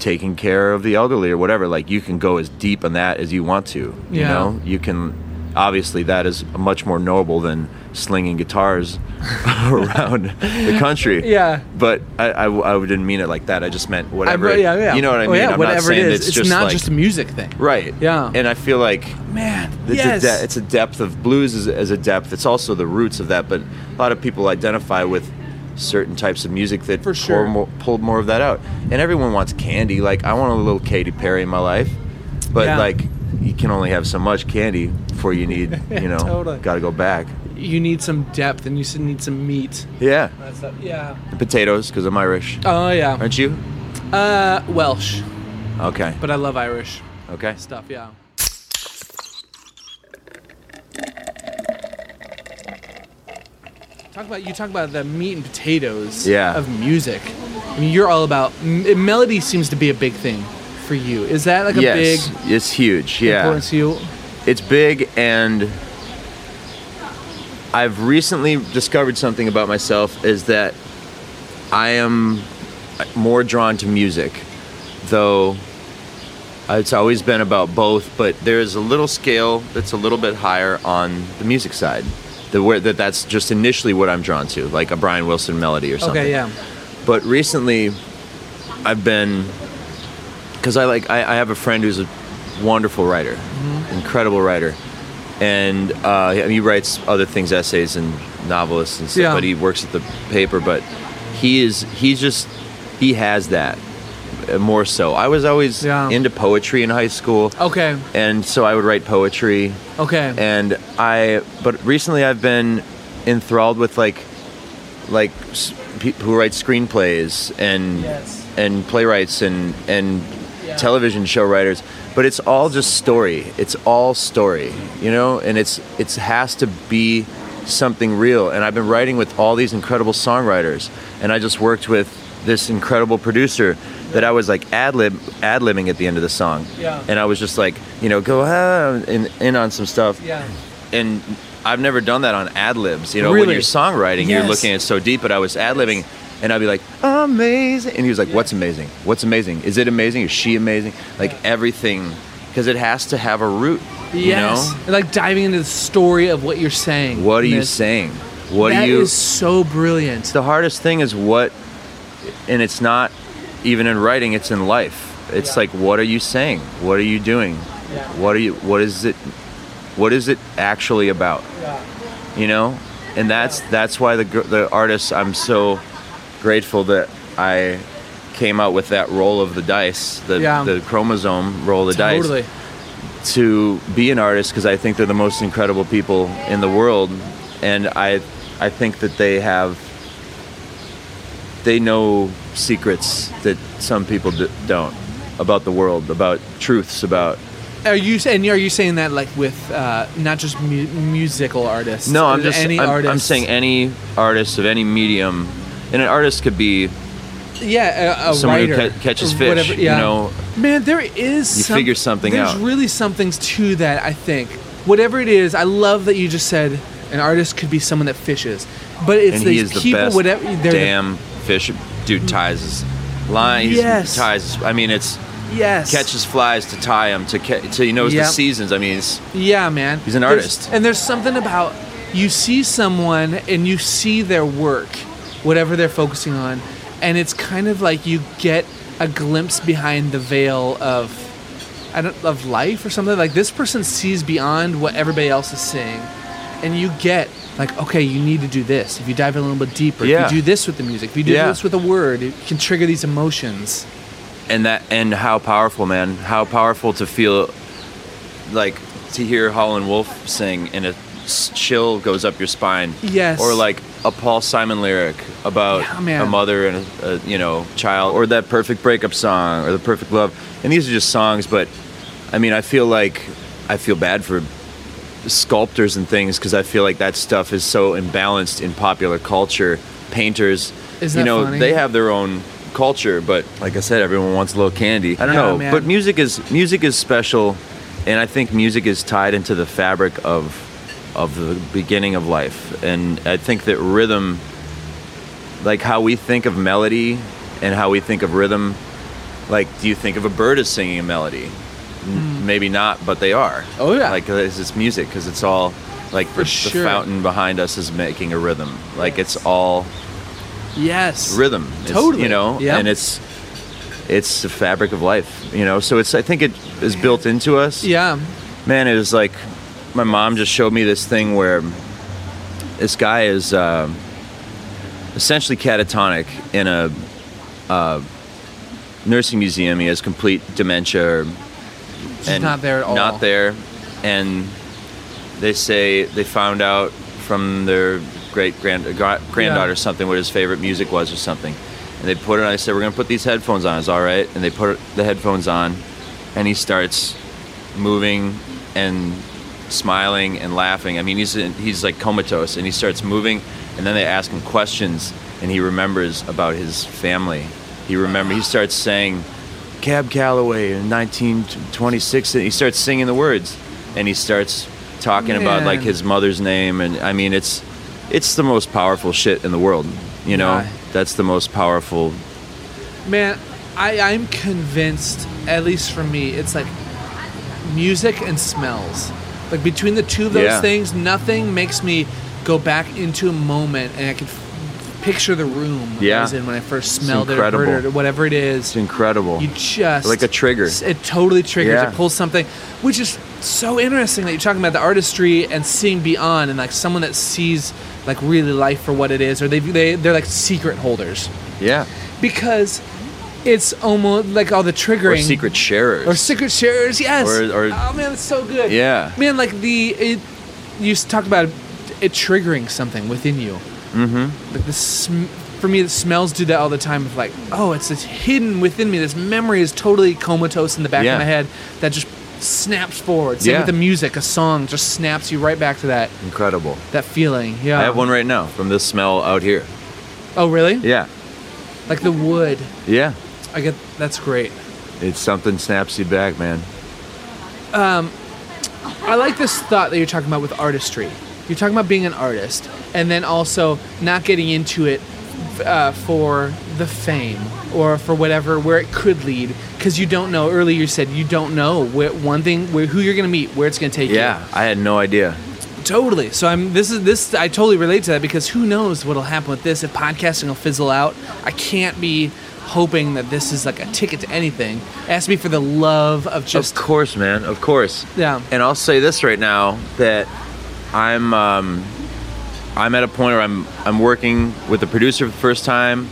J: taking care of the elderly or whatever like you can go as deep on that as you want to you
I: Yeah.
J: know you can obviously that is much more noble than slinging guitars around the country
I: Yeah.
J: but I, I, I didn't mean it like that i just meant whatever
I: I,
J: it-
I: yeah, yeah.
J: you know what i
I: Oh,
J: mean
I: yeah,
J: i'm
I: whatever
J: not saying
I: it is.
J: it's,
I: It's
J: just
I: not
J: like-
I: just a music thing.
J: right
I: Yeah.
J: and i feel like
I: Man.
J: it's,
I: yes.
J: a de- it's a depth of blues is, is a depth. It's also the roots of that, but a lot of people identify with certain types of music that
I: For sure.
J: pour more, pulled more of that out. And everyone wants candy. Like I want a little Katy Perry in my life, but
I: Yeah.
J: like you can only have so much candy before you need, you know,
I: Totally.
J: got to go back.
I: you need some depth and you s- need some meat.
J: Yeah,
I: That's up. Yeah.
J: and potatoes because I'm Irish,
I: Oh yeah.
J: aren't you?
I: Uh, Welsh,
J: Okay.
I: but I love Irish
J: Okay.
I: stuff. Yeah. Talk about you talk about the meat and potatoes
J: Yeah.
I: of music. I mean, you're all about m- melody. Seems to be a big thing for you. Is that like a
J: yes,
I: big
J: it's huge. Yeah.
I: influence to you?
J: it's big and i've recently discovered something about myself is that i am more drawn to music though it's always been about both but there's a little scale that's a little bit higher on the music side the, where, that that's just initially what i'm drawn to like a brian wilson melody or something
I: Okay. Yeah.
J: but recently i've been because i like I, I have a friend who's a wonderful writer
I: Mm-hmm.
J: incredible writer and uh, he- he writes other things essays and novelists and stuff
I: Yeah.
J: but he works at the paper but he is he's just he has that uh, more so i was always
I: Yeah. Oh.
J: into poetry in high school
I: Okay.
J: and so i would write poetry
I: Okay.
J: and I but recently I've been enthralled with like like s- people who write screenplays and
I: Yes.
J: and playwrights and and television show writers but it's all just story it's all story you know and it's it's has to be something real and I've been writing with all these incredible songwriters and I just worked with this incredible producer that I was like ad lib ad libbing at the end of the song.
I: Yeah.
J: And I was just like, you know, go ah, in, in on some stuff. And I've never done that on ad libs. You know, when
I: Really?
J: you're songwriting,
I: Yes.
J: you're looking at so deep. But I was ad libbing, and I'd be like, amazing. And he was like, what's amazing? What's amazing? Is it amazing? Is she amazing? Like everything, because it has to have a root. You
I: Yes.
J: know?
I: Like diving into the story of what you're saying.
J: What are you
I: Miss-
J: saying? What
I: That
J: are you?
I: is so brilliant.
J: the hardest thing is what, and it's not even in writing. It's in life. It's like what are you saying? What are you doing? What are you? What is it? What is it actually about? You know, and that's that's why the gr- the artist. I'm so grateful that I came out with that roll of the dice, the
I: Yeah.
J: the chromosome roll of the dice
I: Totally.
J: to be an artist because I think they're the most incredible people in the world, and I I think that they have they know secrets that some people d- don't about the world, about truths, about
I: Are you and are you saying that like with uh, not just mu- musical artists?
J: no. I'm
I: but
J: just
I: any
J: I'm,
I: artist.
J: I'm saying any artist of any medium, and an artist could be
I: yeah, a, a
J: someone who
I: writer,
J: ca- catches
I: or
J: fish.
I: whatever,
J: You know,
I: Man, there is
J: You figure something
I: there's
J: out.
I: really some things to that, I think. Whatever it is, I love that you just said an artist could be someone that fishes. But it's
J: and he
I: these
J: is the
I: people
J: best
I: whatever they're the-
J: damn fish dude ties his line. he's-
I: Yes.
J: ties. I mean, it's
I: yes.
J: catches flies to tie him to ca- to he knows
I: Yep.
J: the seasons. I mean, it's,
I: Yeah, man.
J: He's an
I: There's-
J: artist.
I: and there's something about you see someone and you see their work, whatever they're focusing on, and it's kind of like you get a glimpse behind the veil of I don't of life or something. Like this person sees beyond what everybody else is seeing. And you get like, okay, you need to do this. If you dive a little bit deeper,
J: Yeah.
I: if you do this with the music, if you do
J: Yeah.
I: this with a word, it can trigger these emotions.
J: and that and how powerful, man. How powerful to feel like to hear Holland Wolf sing and a s- chill goes up your spine.
I: Yes.
J: Or like a Paul Simon lyric about
I: Yeah, man.
J: a mother and a, a you know child, or that perfect breakup song, or the perfect love. And these are just songs, but I mean, I feel like I feel bad for sculptors and things because I feel like that stuff is so imbalanced in popular culture. Painters,
I: Isn't that
J: you know,
I: funny?
J: they have their own culture, but like I said, everyone wants a little candy. I don't
I: Yeah,
J: know,
I: man.
J: but music is music is special, and I think music is tied into the fabric of of the beginning of life, and I think that rhythm, like how we think of melody, and how we think of rhythm, like do you think of a bird as singing a melody? N- Maybe not, but they are.
I: Hmm. Oh, yeah.
J: Like it's, it's music because it's all like the,
I: sure.
J: the fountain behind us is making a rhythm. Like it's all
I: Yes.
J: rhythm. It's,
I: Totally.
J: You know,
I: Yeah.
J: and it's it's the fabric of life. You know, so it's I think it is built into us.
I: Yeah.
J: Man, it was like my mom just showed me this thing where this guy is um essentially catatonic in a uh, nursing museum. He has complete dementia. Or,
I: Just not there at all.
J: Not there, and they say they found out from their great grand uh, gra- granddaughter
I: Yeah.
J: something what his favorite music was or something, and they put it. on. I said, "We're gonna put these headphones on. It's all right." And they put the headphones on, and he starts moving and smiling and laughing. I mean, he's he's like comatose, and he starts moving, and then they ask him questions, and he remembers about his family. He remember he starts saying, "Cab Calloway in 1926," and he starts singing the words, and he starts talking about like
I: Man.
J: his mother's name, and I mean, it's it's the most powerful shit in the world. You know,
I: Yeah.
J: that's the most powerful.
I: Man, I, I'm convinced, at least for me, it's like music and smells. Like between the two of those
J: Yeah.
I: things, nothing makes me go back into a moment and I can f- picture the room I
J: Yeah.
I: was in when I first smelled it or heard
J: incredible.
I: it or whatever it
J: It's
I: is.
J: incredible.
I: You just
J: Like a trigger.
I: s- It totally triggers.
J: Yeah.
I: It pulls something, which is so interesting that you're talking about the artistry and seeing beyond, and like someone that sees like really life for what it is, or they they they're like secret holders
J: yeah.
I: because it's almost like all the triggering
J: Or secret sharers.
I: or secret sharers. Yes.
J: Or- or-
I: oh man, it's so good.
J: Yeah.
I: Man, like the it, you s- talked about it triggering something within you. Mm-hmm. Like the sm- for me, the smells do that all the time. Of like, oh, it's this hidden within me. This memory is totally comatose in the back
J: Yeah.
I: of my head that just snaps forward. Same
J: Yeah.
I: with the music. A song just snaps you right back to that
J: Incredible.
I: that feeling. Yeah.
J: I have one right now from this smell out here.
I: Oh really?
J: Yeah.
I: Like the wood.
J: Yeah.
I: I get that's great.
J: It's something snaps you back, man.
I: I like this thought that you're talking about with artistry. You're talking about being an artist, and then also not getting into it uh, for the fame or for whatever where it could lead, because you don't know. Earlier you said you don't know where, one thing where, who you're going to meet, where it's going to take you.
J: Yeah, I had no idea.
I: Totally. So I'm. This is this. I totally relate to that because who knows what'll happen with this? If podcasting will fizzle out, I can't be hoping that this is like a ticket to anything. It has to be for the love of just.
J: of course, man. Of course.
I: Yeah.
J: And I'll say this right now that I'm um, I'm at a point where I'm I'm working with a producer for the first time,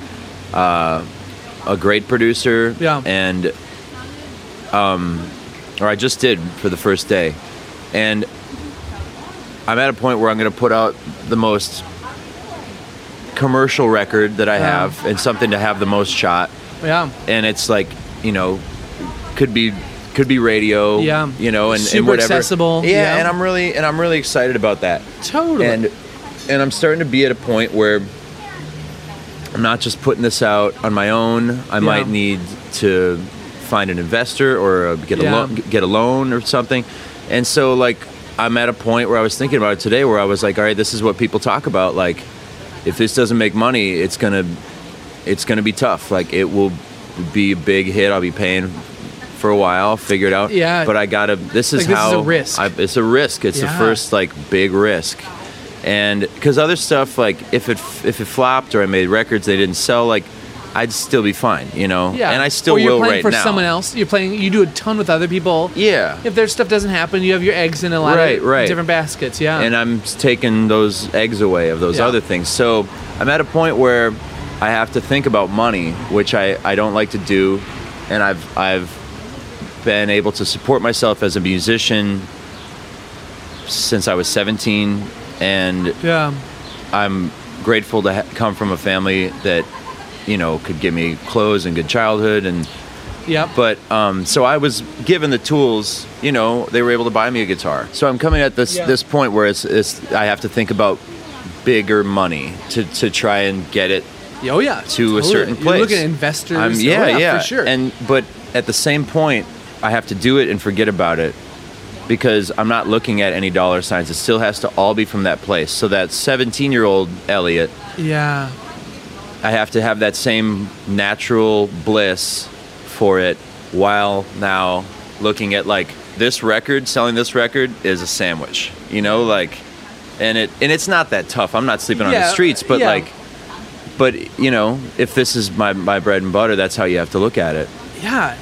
J: uh, a great producer.
I: Yeah.
J: And um, or I just did for the first day, and I'm at a point where I'm going to put out the most commercial record that I
I: Yeah.
J: have and something to have the most shot
I: Yeah.
J: and it's like you know could be could be radio
I: Yeah.
J: you know and,
I: Super
J: and whatever
I: accessible,
J: yeah,
I: yeah.
J: and i'm really and i'm really excited about that
I: Totally.
J: and and i'm starting to be at a point where i'm not just putting this out on my own i might need to find an investor or uh, get
I: Yeah.
J: a loan get a loan or something and so like i'm at a point where i was thinking about it today where i was like all right this is what people talk about like if this doesn't make money it's gonna it's gonna be tough like it will be a big hit i'll be paying for a while figure it out
I: Yeah.
J: but i gotta this is
I: Like, this is
J: how
I: a risk.
J: I, it's a risk it's
I: Yeah.
J: the first like big risk and because other stuff like if it if it flopped or i made records they didn't sell like i'd still be fine you know
I: Yeah.
J: and i still
I: or you're
J: will
I: playing
J: right
I: for
J: now
I: someone else. You're playing. You do a ton with other people.
J: yeah
I: If their stuff doesn't happen, you have your eggs in a lot
J: Right,
I: of
J: right.
I: different baskets. Yeah.
J: and I'm taking those eggs away of those
I: Yeah.
J: other things. So I'm at a point where I have to think about money, which I, I don't like to do, and I've I've been able to support myself as a musician since I was 17, and
I: yeah.
J: I'm grateful to ha- come from a family that you know could give me clothes and good childhood and
I: Yep.
J: but um, so I was given the tools. You know, they were able to buy me a guitar. So I'm coming at this
I: Yeah.
J: this point where it's, it's I have to think about bigger money to, to try and get it
I: oh yeah.
J: to
I: Totally.
J: a certain place.
I: You're looking at investors.
J: I'm-
I: Oh,
J: yeah, yeah,
I: for sure.
J: And but at the same point, I have to do it and forget about it because I'm not looking at any dollar signs. It still has to all be from that place. So that 17 year old Elliot
I: yeah.
J: I have to have that same natural bliss for it while now looking at like this record, selling this record is a sandwich. You know, like and it and it's not that tough. I'm not sleeping on
I: Yeah,
J: the streets, but
I: yeah.
J: like but you know, if this is my, my bread and butter, that's how you have to look at it.
I: Yeah.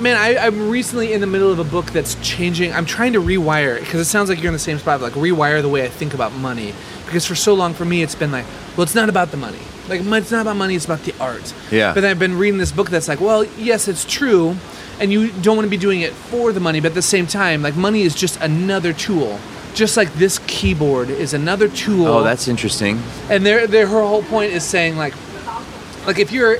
I: Man, I, I'm recently in the middle of a book that's changing. I'm trying to rewire it because it sounds like you're in the same spot, like rewire the way I think about money. Because for so long for me, it's been like, well, it's not about the money. Like, mon- it's not about money, it's about the art.
J: Yeah.
I: But then I've been reading this book that's like, well, yes, it's true. And you don't want to be doing it for the money, but at the same time, like, money is just another tool. Just like this keyboard is another tool
J: Oh, that's interesting.
I: and their their her whole point is saying like like if you're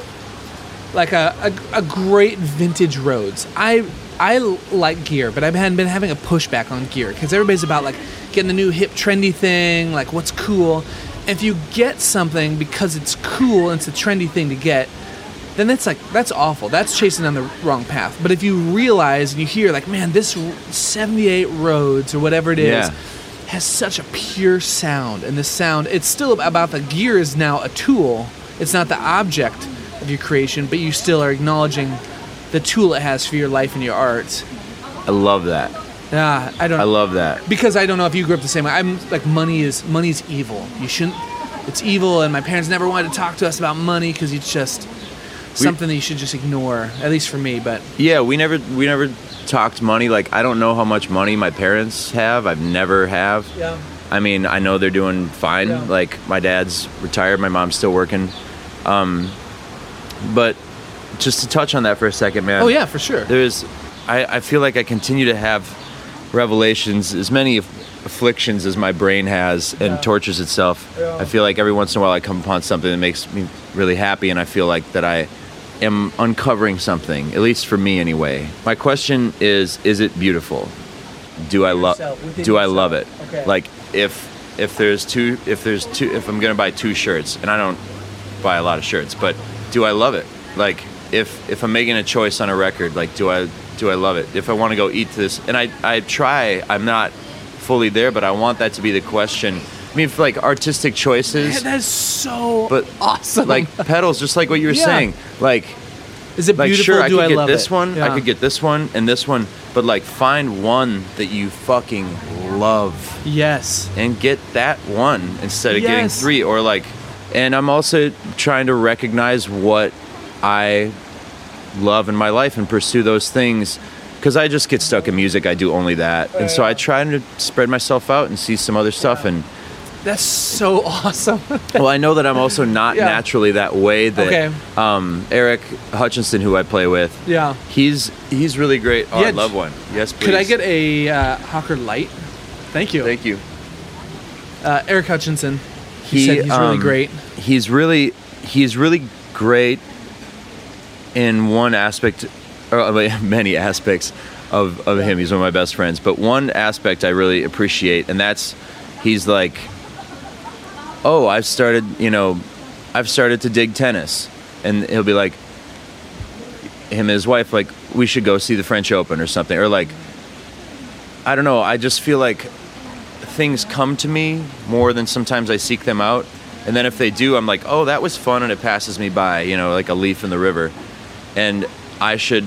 I: like a, a, a great vintage roads i i l- like gear but i've had- been having a pushback on gear because everybody's about like getting the new hip trendy thing like what's cool if you get something because it's cool and it's a trendy thing to get then that's like that's awful. That's chasing on the wrong path. But if you realize and you hear like, man, this 78 Rhodes or whatever it is
J: Yeah.
I: has such a pure sound, and the sound it's still about the gear is now a tool. It's not the object of your creation, but you still are acknowledging the tool it has for your life and your art.
J: I love that.
I: Yeah, I don't.
J: I love that.
I: because I don't know if you grew up the same way. I'm like money is money's evil. You shouldn't. It's evil, and my parents never wanted to talk to us about money because it's just something that you should just ignore. At least for me, but
J: Yeah, we never we never talked money. Like I don't know how much money my parents have. I've never have.
I: Yeah.
J: I mean, I know they're doing fine.
I: Yeah.
J: Like my dad's retired, my mom's still working. Um, but just to touch on that for a second, man.
I: oh yeah, for sure.
J: There's, I, I feel like I continue to have revelations, as many aff- afflictions as my brain has and tortures itself. I feel like every once in a while I come upon something that makes me really happy, and I feel like that I am uncovering something, at least for me anyway. My question is: Is it beautiful? Do I love?
I: Yourself, within
J: Do I
I: yourself.
J: love it?
I: Okay.
J: Like if if there's two if there's two if I'm gonna buy two shirts, and I don't buy a lot of shirts, but do I love it? Like if if I'm making a choice on a record, like do I do I love it? If I want to go eat to this, and I I try, I'm not fully there, but I want that to be the question. I mean, for like artistic choices,
I: that is so
J: but
I: awesome.
J: Like pedals, just like what you were
I: Yeah.
J: saying, like
I: is it
J: like
I: beautiful?
J: sure I
I: Do
J: could
I: I
J: get
I: love
J: this
I: it?
J: one, I
I: Yeah.
J: could get this one and this one, but like find one that you fucking love
I: yes.
J: and get that one instead of getting
I: Yes.
J: three or like and i'm also trying to recognize what i love in my life and pursue those things because i just get stuck in music i do only that and so i try to spread myself out and see some other stuff and
I: That's so awesome.
J: well i know that i'm also not
I: Yeah.
J: naturally that way that
I: Okay.
J: um, eric hutchinson who i play with
I: Yeah.
J: he's he's really great oh
I: Yeah,
J: i love one yes please
I: Could I get a uh, Hawker Light? Thank you.
J: thank you
I: Uh, Eric Hutchinson. He, said he's really
J: um,
I: great.
J: He's really he's really great in one aspect, or uh, like, many aspects of of him. He's one of my best friends, but one aspect I really appreciate, and that's he's like, oh, I've started, you know, I've started to dig tennis, and he'll be like, him and his wife like, we should go see the French Open or something, or like. I don't know. I just feel like things come to me more than sometimes I seek them out. And then if they do, I'm like, oh, that was fun, and it passes me by, you know, like a leaf in the river. And I should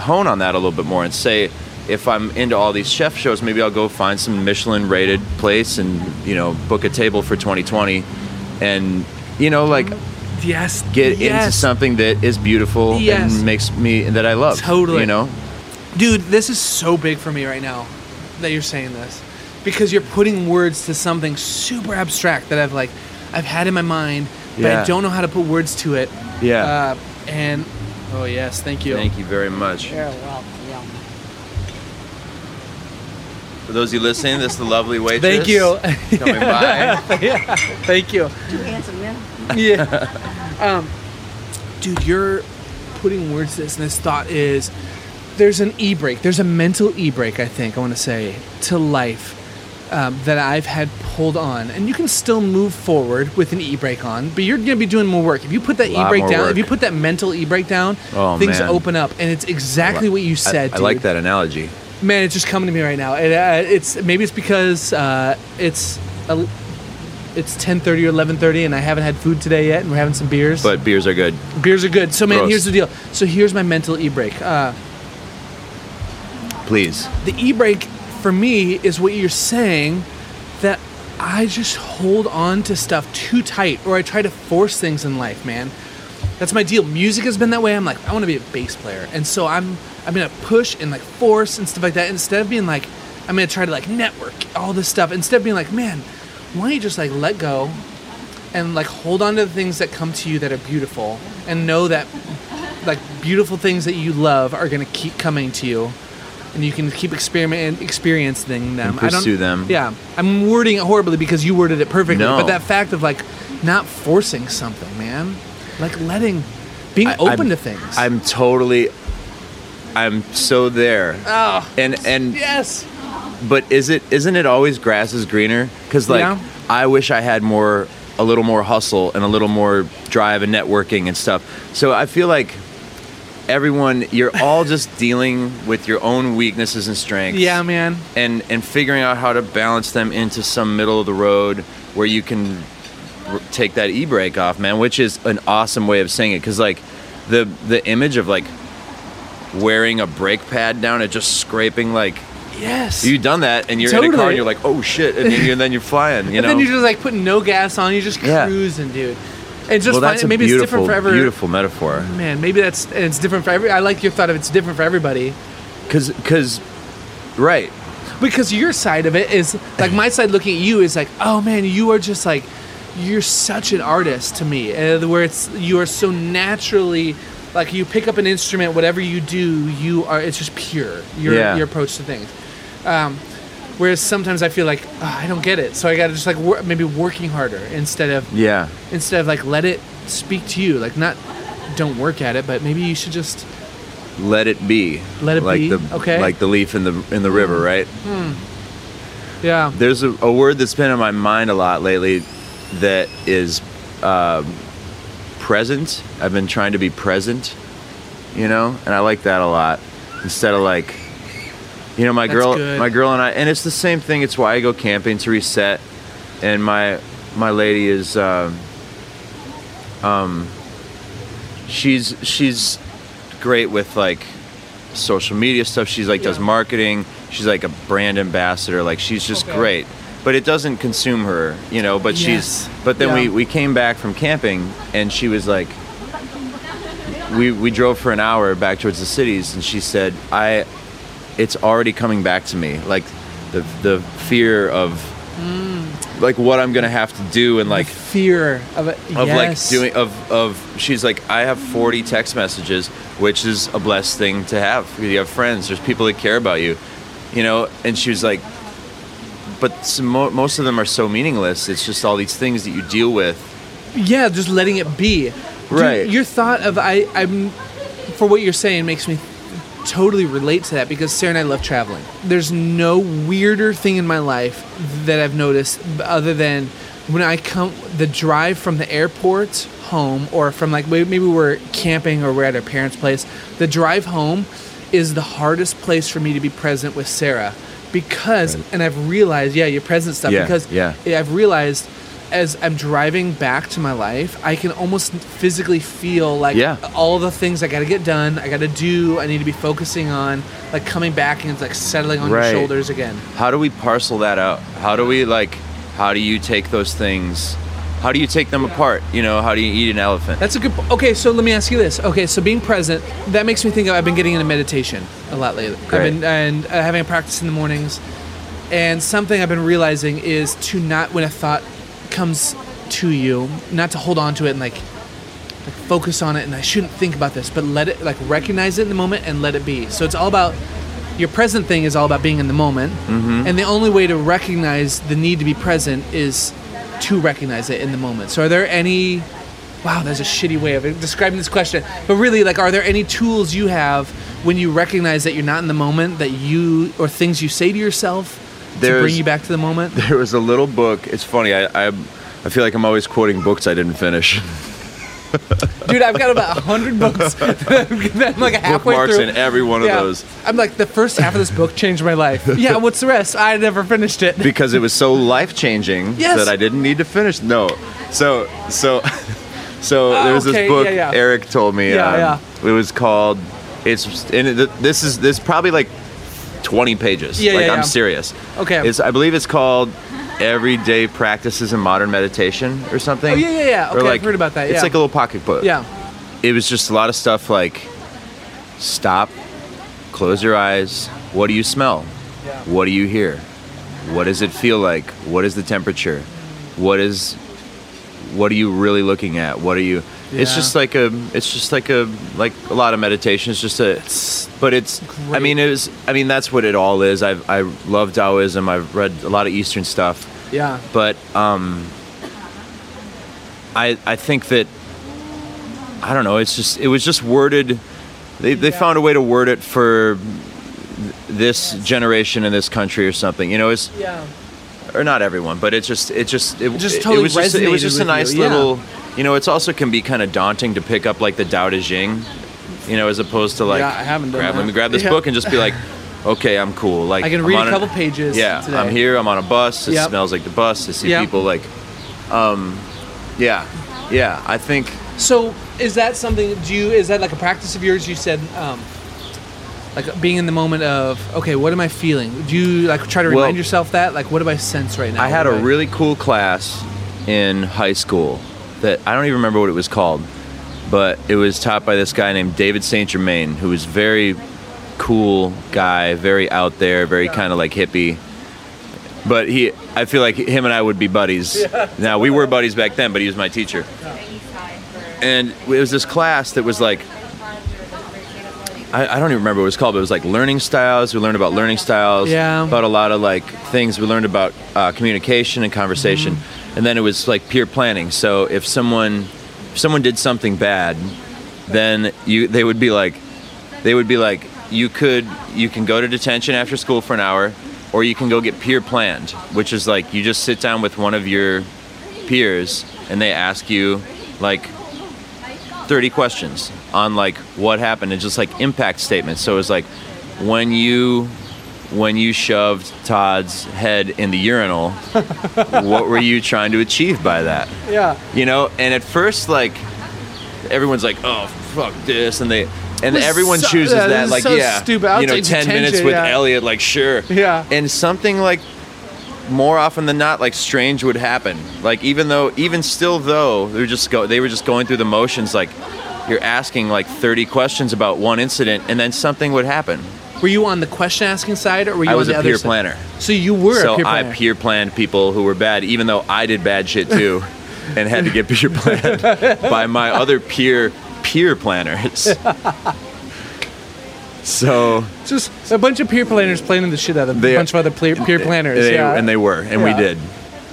J: hone on that a little bit more and say, if I'm into all these chef shows, maybe I'll go find some Michelin rated place and, you know, book a table for 2020 and, you know, like
I: Yes.
J: get into
I: yes.
J: something that is beautiful
I: Yes.
J: and makes me, that I love.
I: Totally.
J: You know?
I: Dude, this is so big for me right now that you're saying this because you're putting words to something super abstract that I've like I've had in my mind, but I
J: Yeah.
I: don't know how to put words to it.
J: Yeah.
I: Uh, and oh yes, thank you.
J: Thank you very much.
K: You're welcome.
J: For those of you listening, this is the lovely waitress.
I: Thank you.
J: Coming by.
I: Thank you.
K: Two handsome men.
I: yeah. Um, dude, you're putting words to this, and this thought is there's an e break. There's a mental e break, I think, I want to say, to life um, that I've had pulled on. And you can still move forward with an e break on, but you're going to be doing more work. If you put that e
J: Lot
I: break
J: more
I: down, if
J: work.
I: you put that mental e break down,
J: Oh,
I: things
J: man.
I: open up. And it's exactly what you said.
J: I, I like
I: dude.
J: that analogy.
I: Man, it's just coming to me right now. It, uh, it's maybe it's because uh, it's. A, it's 10.30 or 11.30 and i haven't had food today yet and we're having some beers
J: But beers are good.
I: Beers are good. So man,
J: Gross.
I: here's the deal. So here's my mental e-break. Uh,
J: Please.
I: the e-break for me is what you're saying that I just hold on to stuff too tight or I try to force things in life, man. That's my deal. Music has been that way. I'm like, I want to be a bass player. And so I'm I'm gonna push and like force and stuff like that instead of being like, I'm gonna try to like network all this stuff. Instead of being like, man, why don't you just like let go and like hold on to the things that come to you that are beautiful and know that like beautiful things that you love are gonna keep coming to you and you can keep experiment experiencing them.
J: And pursue them.
I: Yeah, Um, I'm wording it horribly because you worded it perfectly.
J: No.
I: But that fact of like not forcing something, man, like letting, being
J: I-
I: open
J: I'm-
I: to things.
J: I'm totally. I'm so there.
I: Oh.
J: And and
I: yes.
J: but is it isn't it always grass is greener? Because like
I: Yeah.
J: I wish I had more, a little more hustle and a little more drive and networking and stuff. So I feel like everyone, you're all just dealing with your own weaknesses and strengths.
I: Yeah, man.
J: and and figuring out how to balance them into some middle of the road where you can r- take that e-brake off man which is an awesome way of saying it because like the the image of like wearing a brake pad down and just scraping like
I: Yes.
J: you done that and you're in a car
I: Totally.
J: and you're like oh shit and then, you, and then you're flying you
I: and
J: know
I: then you just like put no gas on. You just
J: Yeah.
I: cruising, dude. And just
J: well that's
I: find,
J: a
I: maybe it's
J: beautiful
I: different for every
J: beautiful metaphor
I: man. Maybe that's and it's different for every. I like your thought of it's different for everybody.
J: because because right
I: because your side of it is like my side looking at you is like oh man you are just like you're such an artist to me uh, where it's you are so naturally like you pick up an instrument whatever you do you are it's just pure your,
J: Yeah.
I: your approach to things um, whereas sometimes i feel like "Ah, i don't get it so i gotta just like wor- maybe working harder instead of
J: yeah
I: instead of like let it speak to you like not don't work at it but maybe you should just
J: let it be
I: Let it
J: like
I: be,
J: the
I: okay.
J: like the leaf in the in the river right
I: yeah
J: There's a, a word that's been on my mind a lot lately that is um present. I've been trying to be present you know, and I like that a lot. Instead of like, you know, my
I: That's
J: girl,
I: good.
J: my girl and I, and it's the same thing. It's why I go camping to reset, and my my lady is, um, um she's she's great with like social media stuff. She's like does marketing. She's like a brand ambassador. Like she's just great. But it doesn't consume her, you know. But
I: Yes.
J: she's. But then we
I: Yeah.
J: we came back from camping, and she was like. We we drove for an hour back towards the cities, and she said, "I, it's already coming back to me. Like, the the fear of,
I: Mm.
J: like what I'm gonna have to do, and like
I: fear of it.
J: of
I: yes.
J: like doing of of she's like I have 40 text messages, which is a blessed thing to have. You have friends, there's people that care about you, you know. And she was like, but some, mo- most of them are so meaningless. It's just all these things that you deal with.
I: yeah, just letting it be. Dude,
J: Right.
I: your thought of I, I'm for what you're saying makes me totally relate to that because Sarah and I love traveling. There's no weirder thing in my life that I've noticed other than when I come the drive from the airport home or from like may- maybe we're camping or we're at our parents' place. The drive home is the hardest place for me to be present with Sarah because and I've realized yeah, your present stuff
J: Yeah,
I: because
J: yeah.
I: yeah, I've realized as I'm driving back to my life, I can almost physically feel like
J: Yeah.
I: all the things I got to get done, I got to do, I need to be focusing on, like coming back and it's like settling on
J: Right.
I: your shoulders again.
J: How do we parcel that out? How do we like? How do you take those things? How do you take them apart? You know, how do you eat an elephant?
I: That's a good. po- Okay, so let me ask you this. Okay, so being present, that makes me think of, I've been getting into meditation a lot lately.
J: Great.
I: I've been and uh, having a practice in the mornings. And something I've been realizing is to not when a thought comes to you, not to hold on to it and like focus on it and I shouldn't think about this, but let it like recognize it in the moment and let it be. So it's all about your present thing is all about being in the moment.
J: Mm-hmm.
I: And the only way to recognize the need to be present is to recognize it in the moment. So are there any wow, that's a shitty way of describing this question. But really like are there any tools you have when you recognize that you're not in the moment that you or things you say to yourself to
J: There's-
I: bring you back to the moment?
J: there was a little book. It's funny. I I, I feel like I'm always quoting books I didn't finish.
I: Dude, I've got about 100 books that I'm that I'm, like halfway
J: Bookmarks
I: through.
J: in every one of those.
I: I'm like, the first half of this book changed my life. Yeah, what's the rest? I never finished it.
J: because it was so life changing
I: Yes.
J: that I didn't need to finish. No, so so so there was
I: Ah, okay,
J: this book
I: yeah, yeah.
J: Eric told me.
I: Yeah,
J: um, It was called. It's and it, this is this is probably like twenty pages.
I: Yeah,
J: like
I: yeah,
J: I'm
I: yeah.
J: serious.
I: Okay.
J: It's I believe it's called Everyday Practices in Modern Meditation or something.
I: Oh, yeah, yeah, yeah.
J: Or
I: Okay, I've heard about that,
J: It's
I: yeah.
J: like a little pocket book
I: Yeah.
J: it was just a lot of stuff like stop, close your eyes. What do you smell? What do you hear? What does it feel like? What is the temperature? What is what are you really looking at? What are you It's
I: Yeah.
J: just like a it's just like a like a lot of meditation. It's just a but it's I mean it was I mean that's what it all is. I I love Taoism. I've read a lot of eastern stuff
I: Yeah.
J: but um, I I think that I don't know. It's just it was just worded. They they found a way to word it for th- this generation in this country or something. You know, it's
I: Yeah.
J: or not everyone, but it just it just it,
I: just
J: it- it
I: totally
J: was just it was
I: resonated
J: just a
I: with
J: nice
I: you, yeah.
J: little. You know, it's also can be kind of daunting to pick up like the Tao Te Ching, you know, as opposed to like
I: Yeah, I haven't done
J: grab,
I: that.
J: let me grab this
I: Yeah.
J: book and just be like, okay, I'm cool. Like
I: I can
J: I'm
I: read a
J: on an-
I: couple pages
J: Yeah,
I: today.
J: I'm here. I'm on a bus. It
I: Yep.
J: smells like the bus. I see
I: Yep.
J: people like, um, yeah, yeah. I think
I: So is that something, do you, is that like a practice of yours? You said, um, like being in the moment of, okay, what am I feeling? Do you like try to
J: Well-
I: remind yourself that? Like, what do I sense right now?
J: I had a
I: What do
J: really cool class in high school that I don't even remember what it was called, but it was taught by this guy named David St. Germain, who was very cool guy, very out there, very kind of like hippie. But he, I feel like him and I would be buddies. Now we were buddies back then, but he was my teacher. And it was this class that was like I, I don't even remember what it was called, but it was like learning styles. We learned about learning styles,
I: Yeah.
J: about a lot of like things. We learned about uh, communication and conversation, and then it was like peer planning. So if someone if someone did something bad, then you they would be like they would be like you could you can go to detention after school for an hour, or you can go get peer planned, which is like you just sit down with one of your peers and they ask you like 30 questions on like what happened and just like impact statements. So it was like when you when you shoved Todd's head in the urinal, what were you trying to achieve by that?
H: Yeah.
J: You know, and at first like everyone's like, "Oh, fuck this," and they and
I: This is
J: everyone
I: so-
J: chooses
I: yeah,
J: that
I: this is
J: like
I: so
J: yeah,
I: stupid. I'll
J: you know,
I: take
J: 10 minutes
I: detention,
J: with
I: yeah.
J: Elliot like sure.
I: Yeah.
J: And something like more often than not like strange would happen like even though even still though they were just go they were just going through the motions like you're asking like 30 questions about one incident and then something would happen
I: Were you on the question asking side or were you
J: I
I: on
J: was
I: the
J: a
I: other
J: peer
I: side?
J: planner.
I: So you were
J: so
I: a peer planner.
J: i peer planned people who were bad even though i did bad shit too and had to get peer planned by my other peer peer planners so
I: Just a bunch of peer planners planning the shit out of
J: They-
I: a bunch of other peer, peer planners.
J: They-
I: yeah.
J: And they were, and we
I: Yeah.
J: did.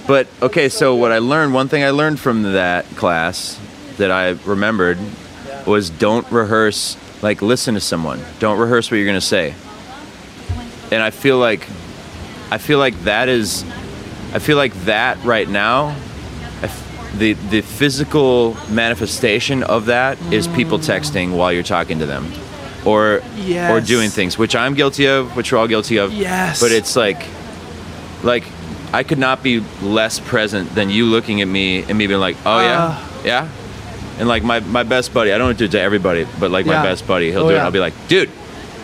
J: But okay, so what I learned, one thing I learned from that class that I remembered was don't rehearse, like listen to someone. Don't rehearse what you're gonna say. And I feel like I feel like that is I feel like that right now I f- the the physical manifestation of that is people texting while you're talking to them or or
I: Yes.
J: doing things which I'm guilty of which we're all guilty of
I: Yes.
J: but it's like like I could not be less present than you looking at me and me being like oh
I: Uh.
J: yeah yeah and like my, my best buddy I don't do it to everybody but like
I: Yeah.
J: my best buddy
I: Oh,
J: he'll do it
I: yeah.
J: and I'll be like dude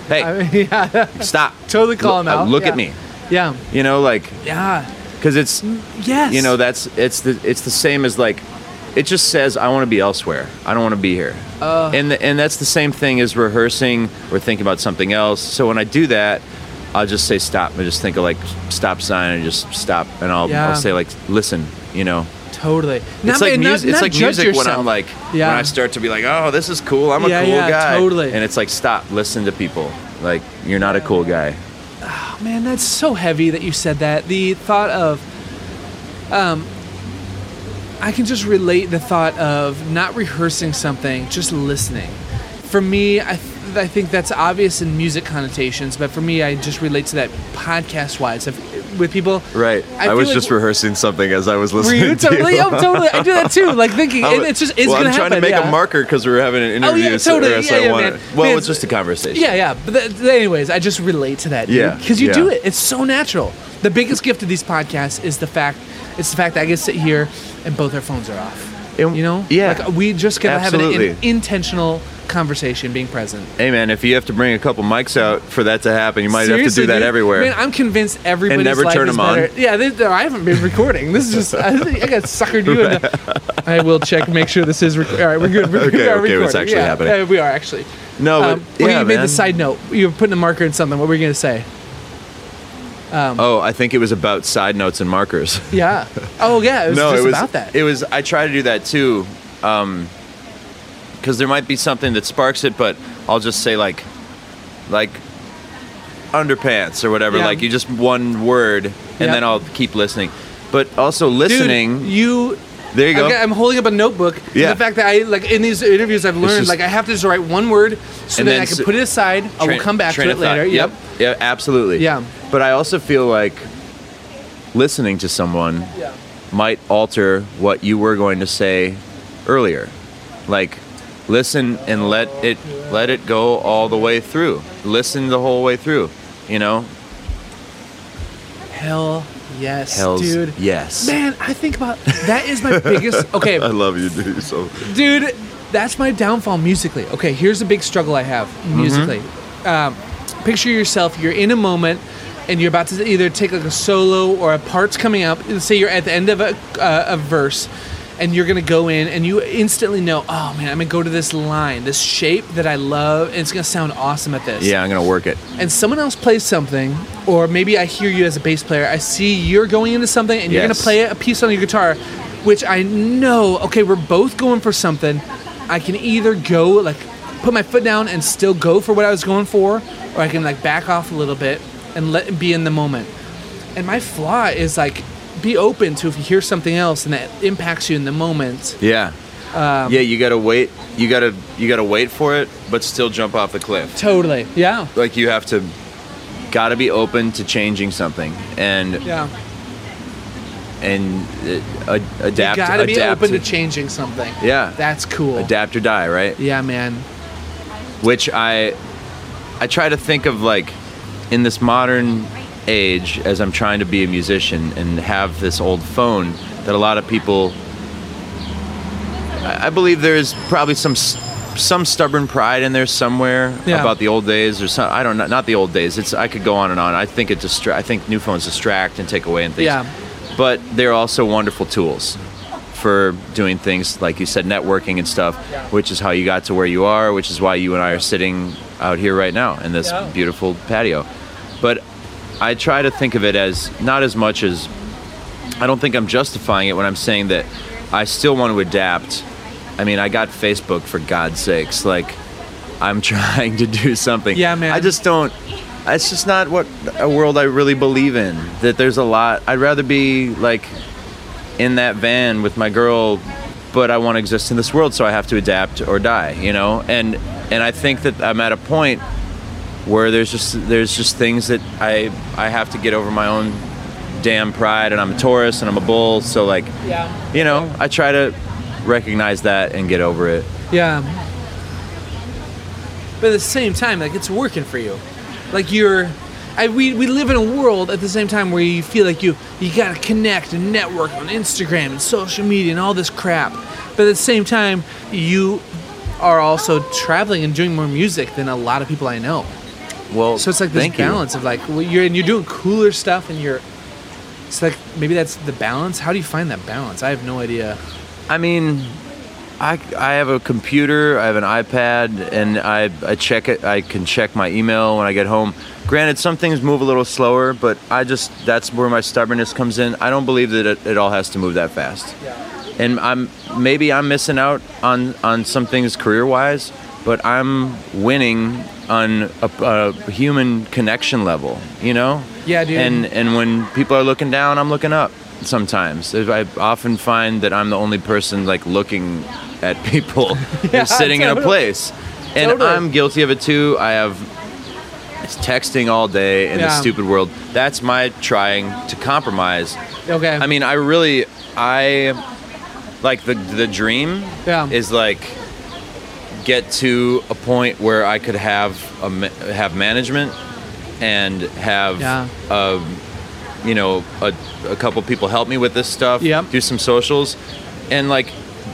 J: hey
I: I mean, yeah.
J: stop
I: totally call them
J: Look- uh,
I: out.
J: look
I: Yeah. Mm.
J: at me
I: Yeah.
J: you know like
I: Yeah.
J: because it's
I: Yes.
J: you know that's it's the it's the same as like it just says i want to be elsewhere i don't want to be here
I: Uh.
J: and the, and that's the same thing as rehearsing or thinking about something else so when i do that i'll just say stop and just think of like stop sign and just stop and i'll,
I: Yeah.
J: I'll say like listen you know
I: totally.
J: it's like music it's like music when i'm like
I: Yeah.
J: when i start to be like oh this is cool i'm a
I: Yeah,
J: cool
I: yeah,
J: guy
I: totally.
J: and it's like stop listen to people like you're not a cool guy
I: Man, that's so heavy that you said that. The thought of, um, I can just relate the thought of not rehearsing something, just listening. For me, I, th- I think that's obvious in music connotations, but for me, I just relate to that podcast wise of with people. feel like-
J: rehearsing something as i was
I: Were you totally? Oh, totally. I do that too. Like thinking,
J: I
I: and
J: would-
I: it's just it's
J: well,
I: gonna
J: I'm trying
I: happen.
J: to make
I: yeah.
J: a marker because we were having an
I: Oh, yeah,
J: interview. so
I: totally.
J: or else
I: Yeah,
J: I
I: yeah,
J: wanted-
I: man.
J: Well,
I: Man,
J: it was just a conversation.
I: Yeah, yeah. But th- th- anyways, I just relate to that.
J: Yeah,
I: Because you
J: yeah.
I: do it. It's so natural. The biggest gift of these podcasts is the fact it's the fact that I can sit here and both our phones are off.
J: And-
I: you know?
J: yeah,
I: Like we just gotta have an, an
J: absolutely.
I: intentional conversation being present.
J: Hey, man, if you have to bring a couple mics out for that to happen, you might have to
I: Seriously,
J: do that
I: dude.
J: everywhere.
I: Man, I'm convinced everybody's
J: never
I: life
J: turn
I: is
J: 'em on.
I: better. Yeah, they, no, I haven't been recording. This is just I, think I got suckered you. in the- I will check, make sure this is. Rec- all right, we're good. We're,
J: Okay,
I: we are
J: okay,
I: recording.
J: what's actually
I: yeah,
J: happening.
I: yeah, we are actually.
J: no, but
I: Um, well,
J: yeah,
I: you made
J: man.
I: the side note. You were putting a marker in something. What were you gonna say?
J: Oh, I think it was about side notes and markers.
I: Yeah. Oh yeah. It was
J: no,
I: just
J: it was
I: about that.
J: It was. I try to do that too, because there might be something that sparks it, but I'll just say like, like underpants or whatever.
I: Yeah.
J: Like you just one word, and
I: Yeah.
J: then I'll keep listening. But also
I: Dude,
J: listening.
I: you.
J: there you go.
I: Okay, I'm holding up a notebook.
J: Yeah.
I: The fact that I like in these interviews, I've learned
J: just-
I: like I have to just write one word so
J: And
I: that
J: then
I: I can
J: s-
I: put it aside. I will
J: Train-
I: come back to
J: train
I: it
J: of thought.
I: later. Yep.
J: Yeah, absolutely.
I: Yeah.
J: But I also feel like listening to someone
I: Yeah.
J: might alter what you were going to say earlier. Like listen and let it let it go all the way through. Listen the whole way through, you know?
I: Hell yes,
J: Hells
I: dude.
J: yes.
I: Man, I think about that is my biggest. Okay,
J: love you, dude. So
I: dude that's my downfall musically okay here's a big struggle i have musically um, picture yourself you're in a moment and you're about to either take like a solo or a part's coming up say you're at the end of a, uh, a verse and you're gonna go in and you instantly know oh man i'm gonna go to this line this shape that i love and it's gonna sound awesome at this
J: Yeah, I'm gonna work it.
I: and someone else plays something, or maybe I hear you as a bass player, I see you're going into something and you're gonna
J: Yes.
I: play a piece on your guitar, which I know, okay, we're both going for something. I can either go like put my foot down and still go for what I was going for, or I can like back off a little bit and let it be in the moment. And my flaw is like be open to if you hear something else and that impacts you in the moment.
J: Yeah.
I: Um,
J: yeah, you gotta wait. You gotta you gotta wait for it, but still jump off the cliff.
I: Totally. Yeah.
J: like you have to gotta be open to changing something and
I: Yeah.
J: and uh, ad- adapt
I: you gotta be
J: adapt
I: open to changing something.
J: Yeah.
I: That's cool.
J: adapt or die right
I: Yeah, man.
J: which I I try to think of like in this modern age as I'm trying to be a musician and have this old phone that a lot of people I I believe there is probably some s- some stubborn pride in there somewhere
I: Yeah.
J: about the old days or some I don't know not the old days it's I could go on and on I think it distra- I think new phones distract and take away and things
I: Yeah.
J: but they're also wonderful tools for doing things like you said networking and stuff which is how you got to where you are which is why you and I are sitting out here right now in this
I: Yeah.
J: beautiful patio but I try to think of it as not as much as I don't think I'm justifying it when I'm saying that I still want to adapt. I mean, I got Facebook for God's sakes. Like, I'm trying to do something.
I: Yeah, man.
J: I just don't. It's just not what a world I really believe in. That there's a lot. I'd rather be like in that van with my girl, but I want to exist in this world, so I have to adapt or die. You know, and and I think that I'm at a point where there's just there's just things that I I have to get over my own damn pride and I'm a Taurus and I'm a bull so like you know I try to recognize that and get over it
I: Yeah. But at the same time, like it's working for you. Like you're I, we, we live in a world at the same time where you feel like you you gotta connect and network on Instagram and social media and all this crap. But at the same time, you are also traveling and doing more music than a lot of people I know.
J: well
I: So it's like this
J: thank you.
I: balance of like well, you're and you're doing cooler stuff and you're it's like maybe that's the balance. How do you find that balance? I have no idea.
J: I mean, I, I have a computer, I have an iPad, and I, I check it. I can check my email when I get home. Granted, some things move a little slower, but I just that's where my stubbornness comes in. I don't believe that it, it all has to move that fast. And I'm maybe I'm missing out on on some things career wise, but I'm winning on a, a human connection level. You know?
I: Yeah, dude.
J: And and when people are looking down, I'm looking up. Sometimes If I often find that I'm the only person like looking at people. They're sitting in a
I: totally.
J: place, and
I: Totally.
J: I'm guilty of it too. I have it's texting all day in
I: Yeah.
J: this stupid world. That's my trying to compromise.
I: Okay.
J: I mean, I really, I like the the dream
I: Yeah.
J: is like get to a point where I could have a, ma- have management and have um,
I: Yeah.
J: you know a, a couple people help me with this stuff
I: Yep.
J: do some socials and like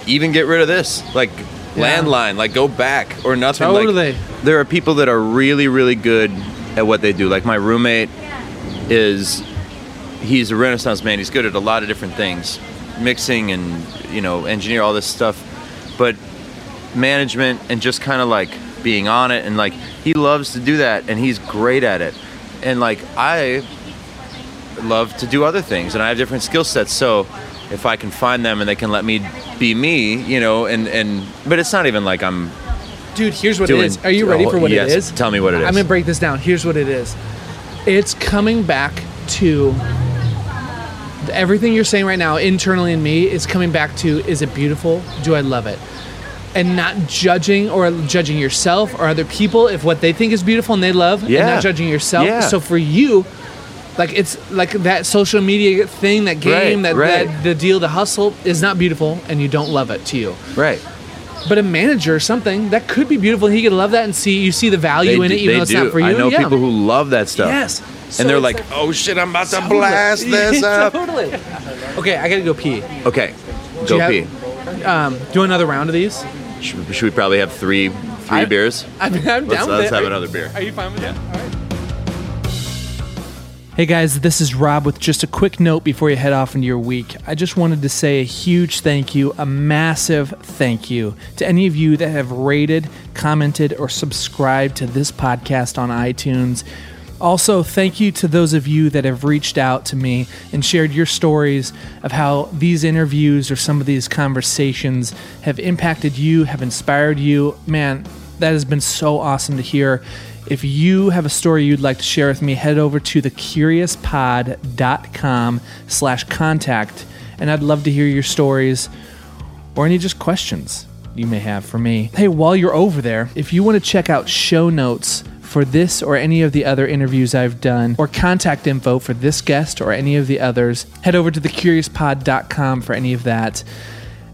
J: even get rid of this like
I: Yeah.
J: landline like go back or nothing like,
I: Totally.
J: there are people that are really really good at what they do like my roommate is he's a renaissance man he's good at a lot of different things mixing and you know engineer all this stuff but management and just kind of like being on it and like he loves to do that and he's great at it and like i love to do other things and i have different skill sets so if i can find them and they can let me be me you know and and but it's not even like i'm
I: Dude, here's what
J: doing
I: it is. Are you ready for what
J: yes,
I: it is?
J: tell me what it is.
I: I'm gonna break this down. Here's what it is. It's coming back to everything you're saying right now internally in me is coming back to is it beautiful? Do I love it? And not judging or judging yourself or other people if what they think is beautiful and they love, and
J: Yeah.
I: not judging yourself.
J: Yeah.
I: So for you, like it's like that social media thing, that game,
J: Right,
I: that,
J: right.
I: that the deal, the hustle is not beautiful, and you don't love it to you
J: right
I: but a manager or something that could be beautiful. He could love that and see you see the value in
J: do-
I: it, even though it's not for you.
J: I know
I: yeah.
J: people who love that stuff.
I: Yes. So
J: and they're
I: it's
J: like,
I: like-
J: oh shit, I'm about to blast this up.
I: totally. Okay, I gotta go pee. Do
J: Okay,
I: you
J: go
I: have-
J: pee.
I: you want another round of these?
J: Should, should we probably have three three
I: I-
J: beers?
I: I mean, I'm
J: Let's,
I: down with
J: let's
I: it.
J: have another beer.
I: Are you fine with that? All right. Hey guys, this is Rob with just a quick note before you head off into your week. I just wanted to say a huge thank you, a massive thank you to any of you that have rated, commented, or subscribed to this podcast on iTunes. Also, thank you to those of you that have reached out to me and shared your stories of how these interviews or some of these conversations have impacted you, have inspired you. Man, that has been so awesome to hear. If you have a story you'd like to share with me, head over to thecuriouspod.com slash contact, and I'd love to hear your stories or any just questions you may have for me. Hey, while you're over there, if you want to check out show notes for this or any of the other interviews I've done, or contact info for this guest or any of the others, head over to thecuriouspod.com for any of that.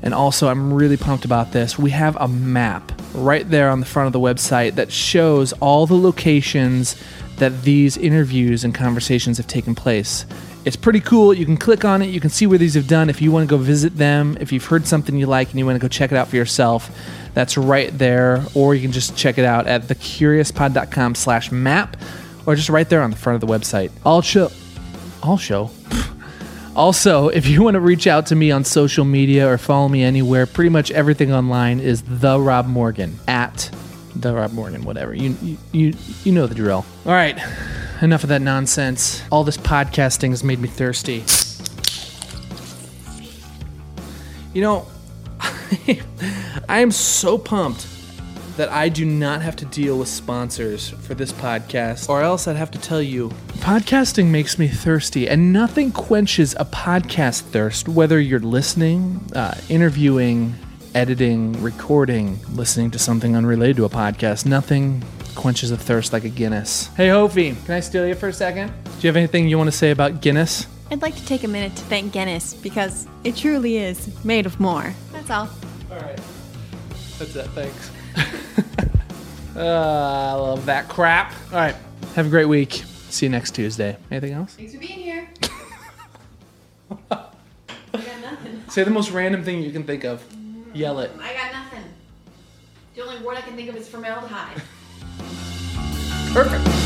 I: And also, I'm really pumped about this. We have a map right there on the front of the website that shows all the locations that these interviews and conversations have taken place. It's pretty cool. You can click on it. You can see where these have done. If you want to go visit them, if you've heard something you like and you want to go check it out for yourself, that's right there. Or you can just check it out at thecuriouspod.com slash map or just right there on the front of the website. All show. All show. Also, if you want to reach out to me on social media or follow me anywhere, pretty much everything online is the Rob Morgan at the Rob Morgan, whatever. You you you, you know the drill. All right, enough of that nonsense. All this podcasting has made me thirsty. You know, I am so pumped that I do not have to deal with sponsors for this podcast, or else I'd have to tell you podcasting makes me thirsty, and nothing quenches a podcast thirst, whether you're listening, uh, interviewing, editing, recording, listening to something unrelated to a podcast. Nothing quenches a thirst like a Guinness. Hey, Hofi, can I steal you for a second? Do you have anything you want to say about Guinness?
K: I'd like to take a minute to thank Guinness because it truly is made of more. That's all.
I: That's it. Thanks. uh, I love that crap. All right. Have a great week. See you next Tuesday. Anything else? Thanks for being here. Say the most random thing you can think of. Yell it.
B: I got nothing. The only word I can think of is formaldehyde.
I: Perfect.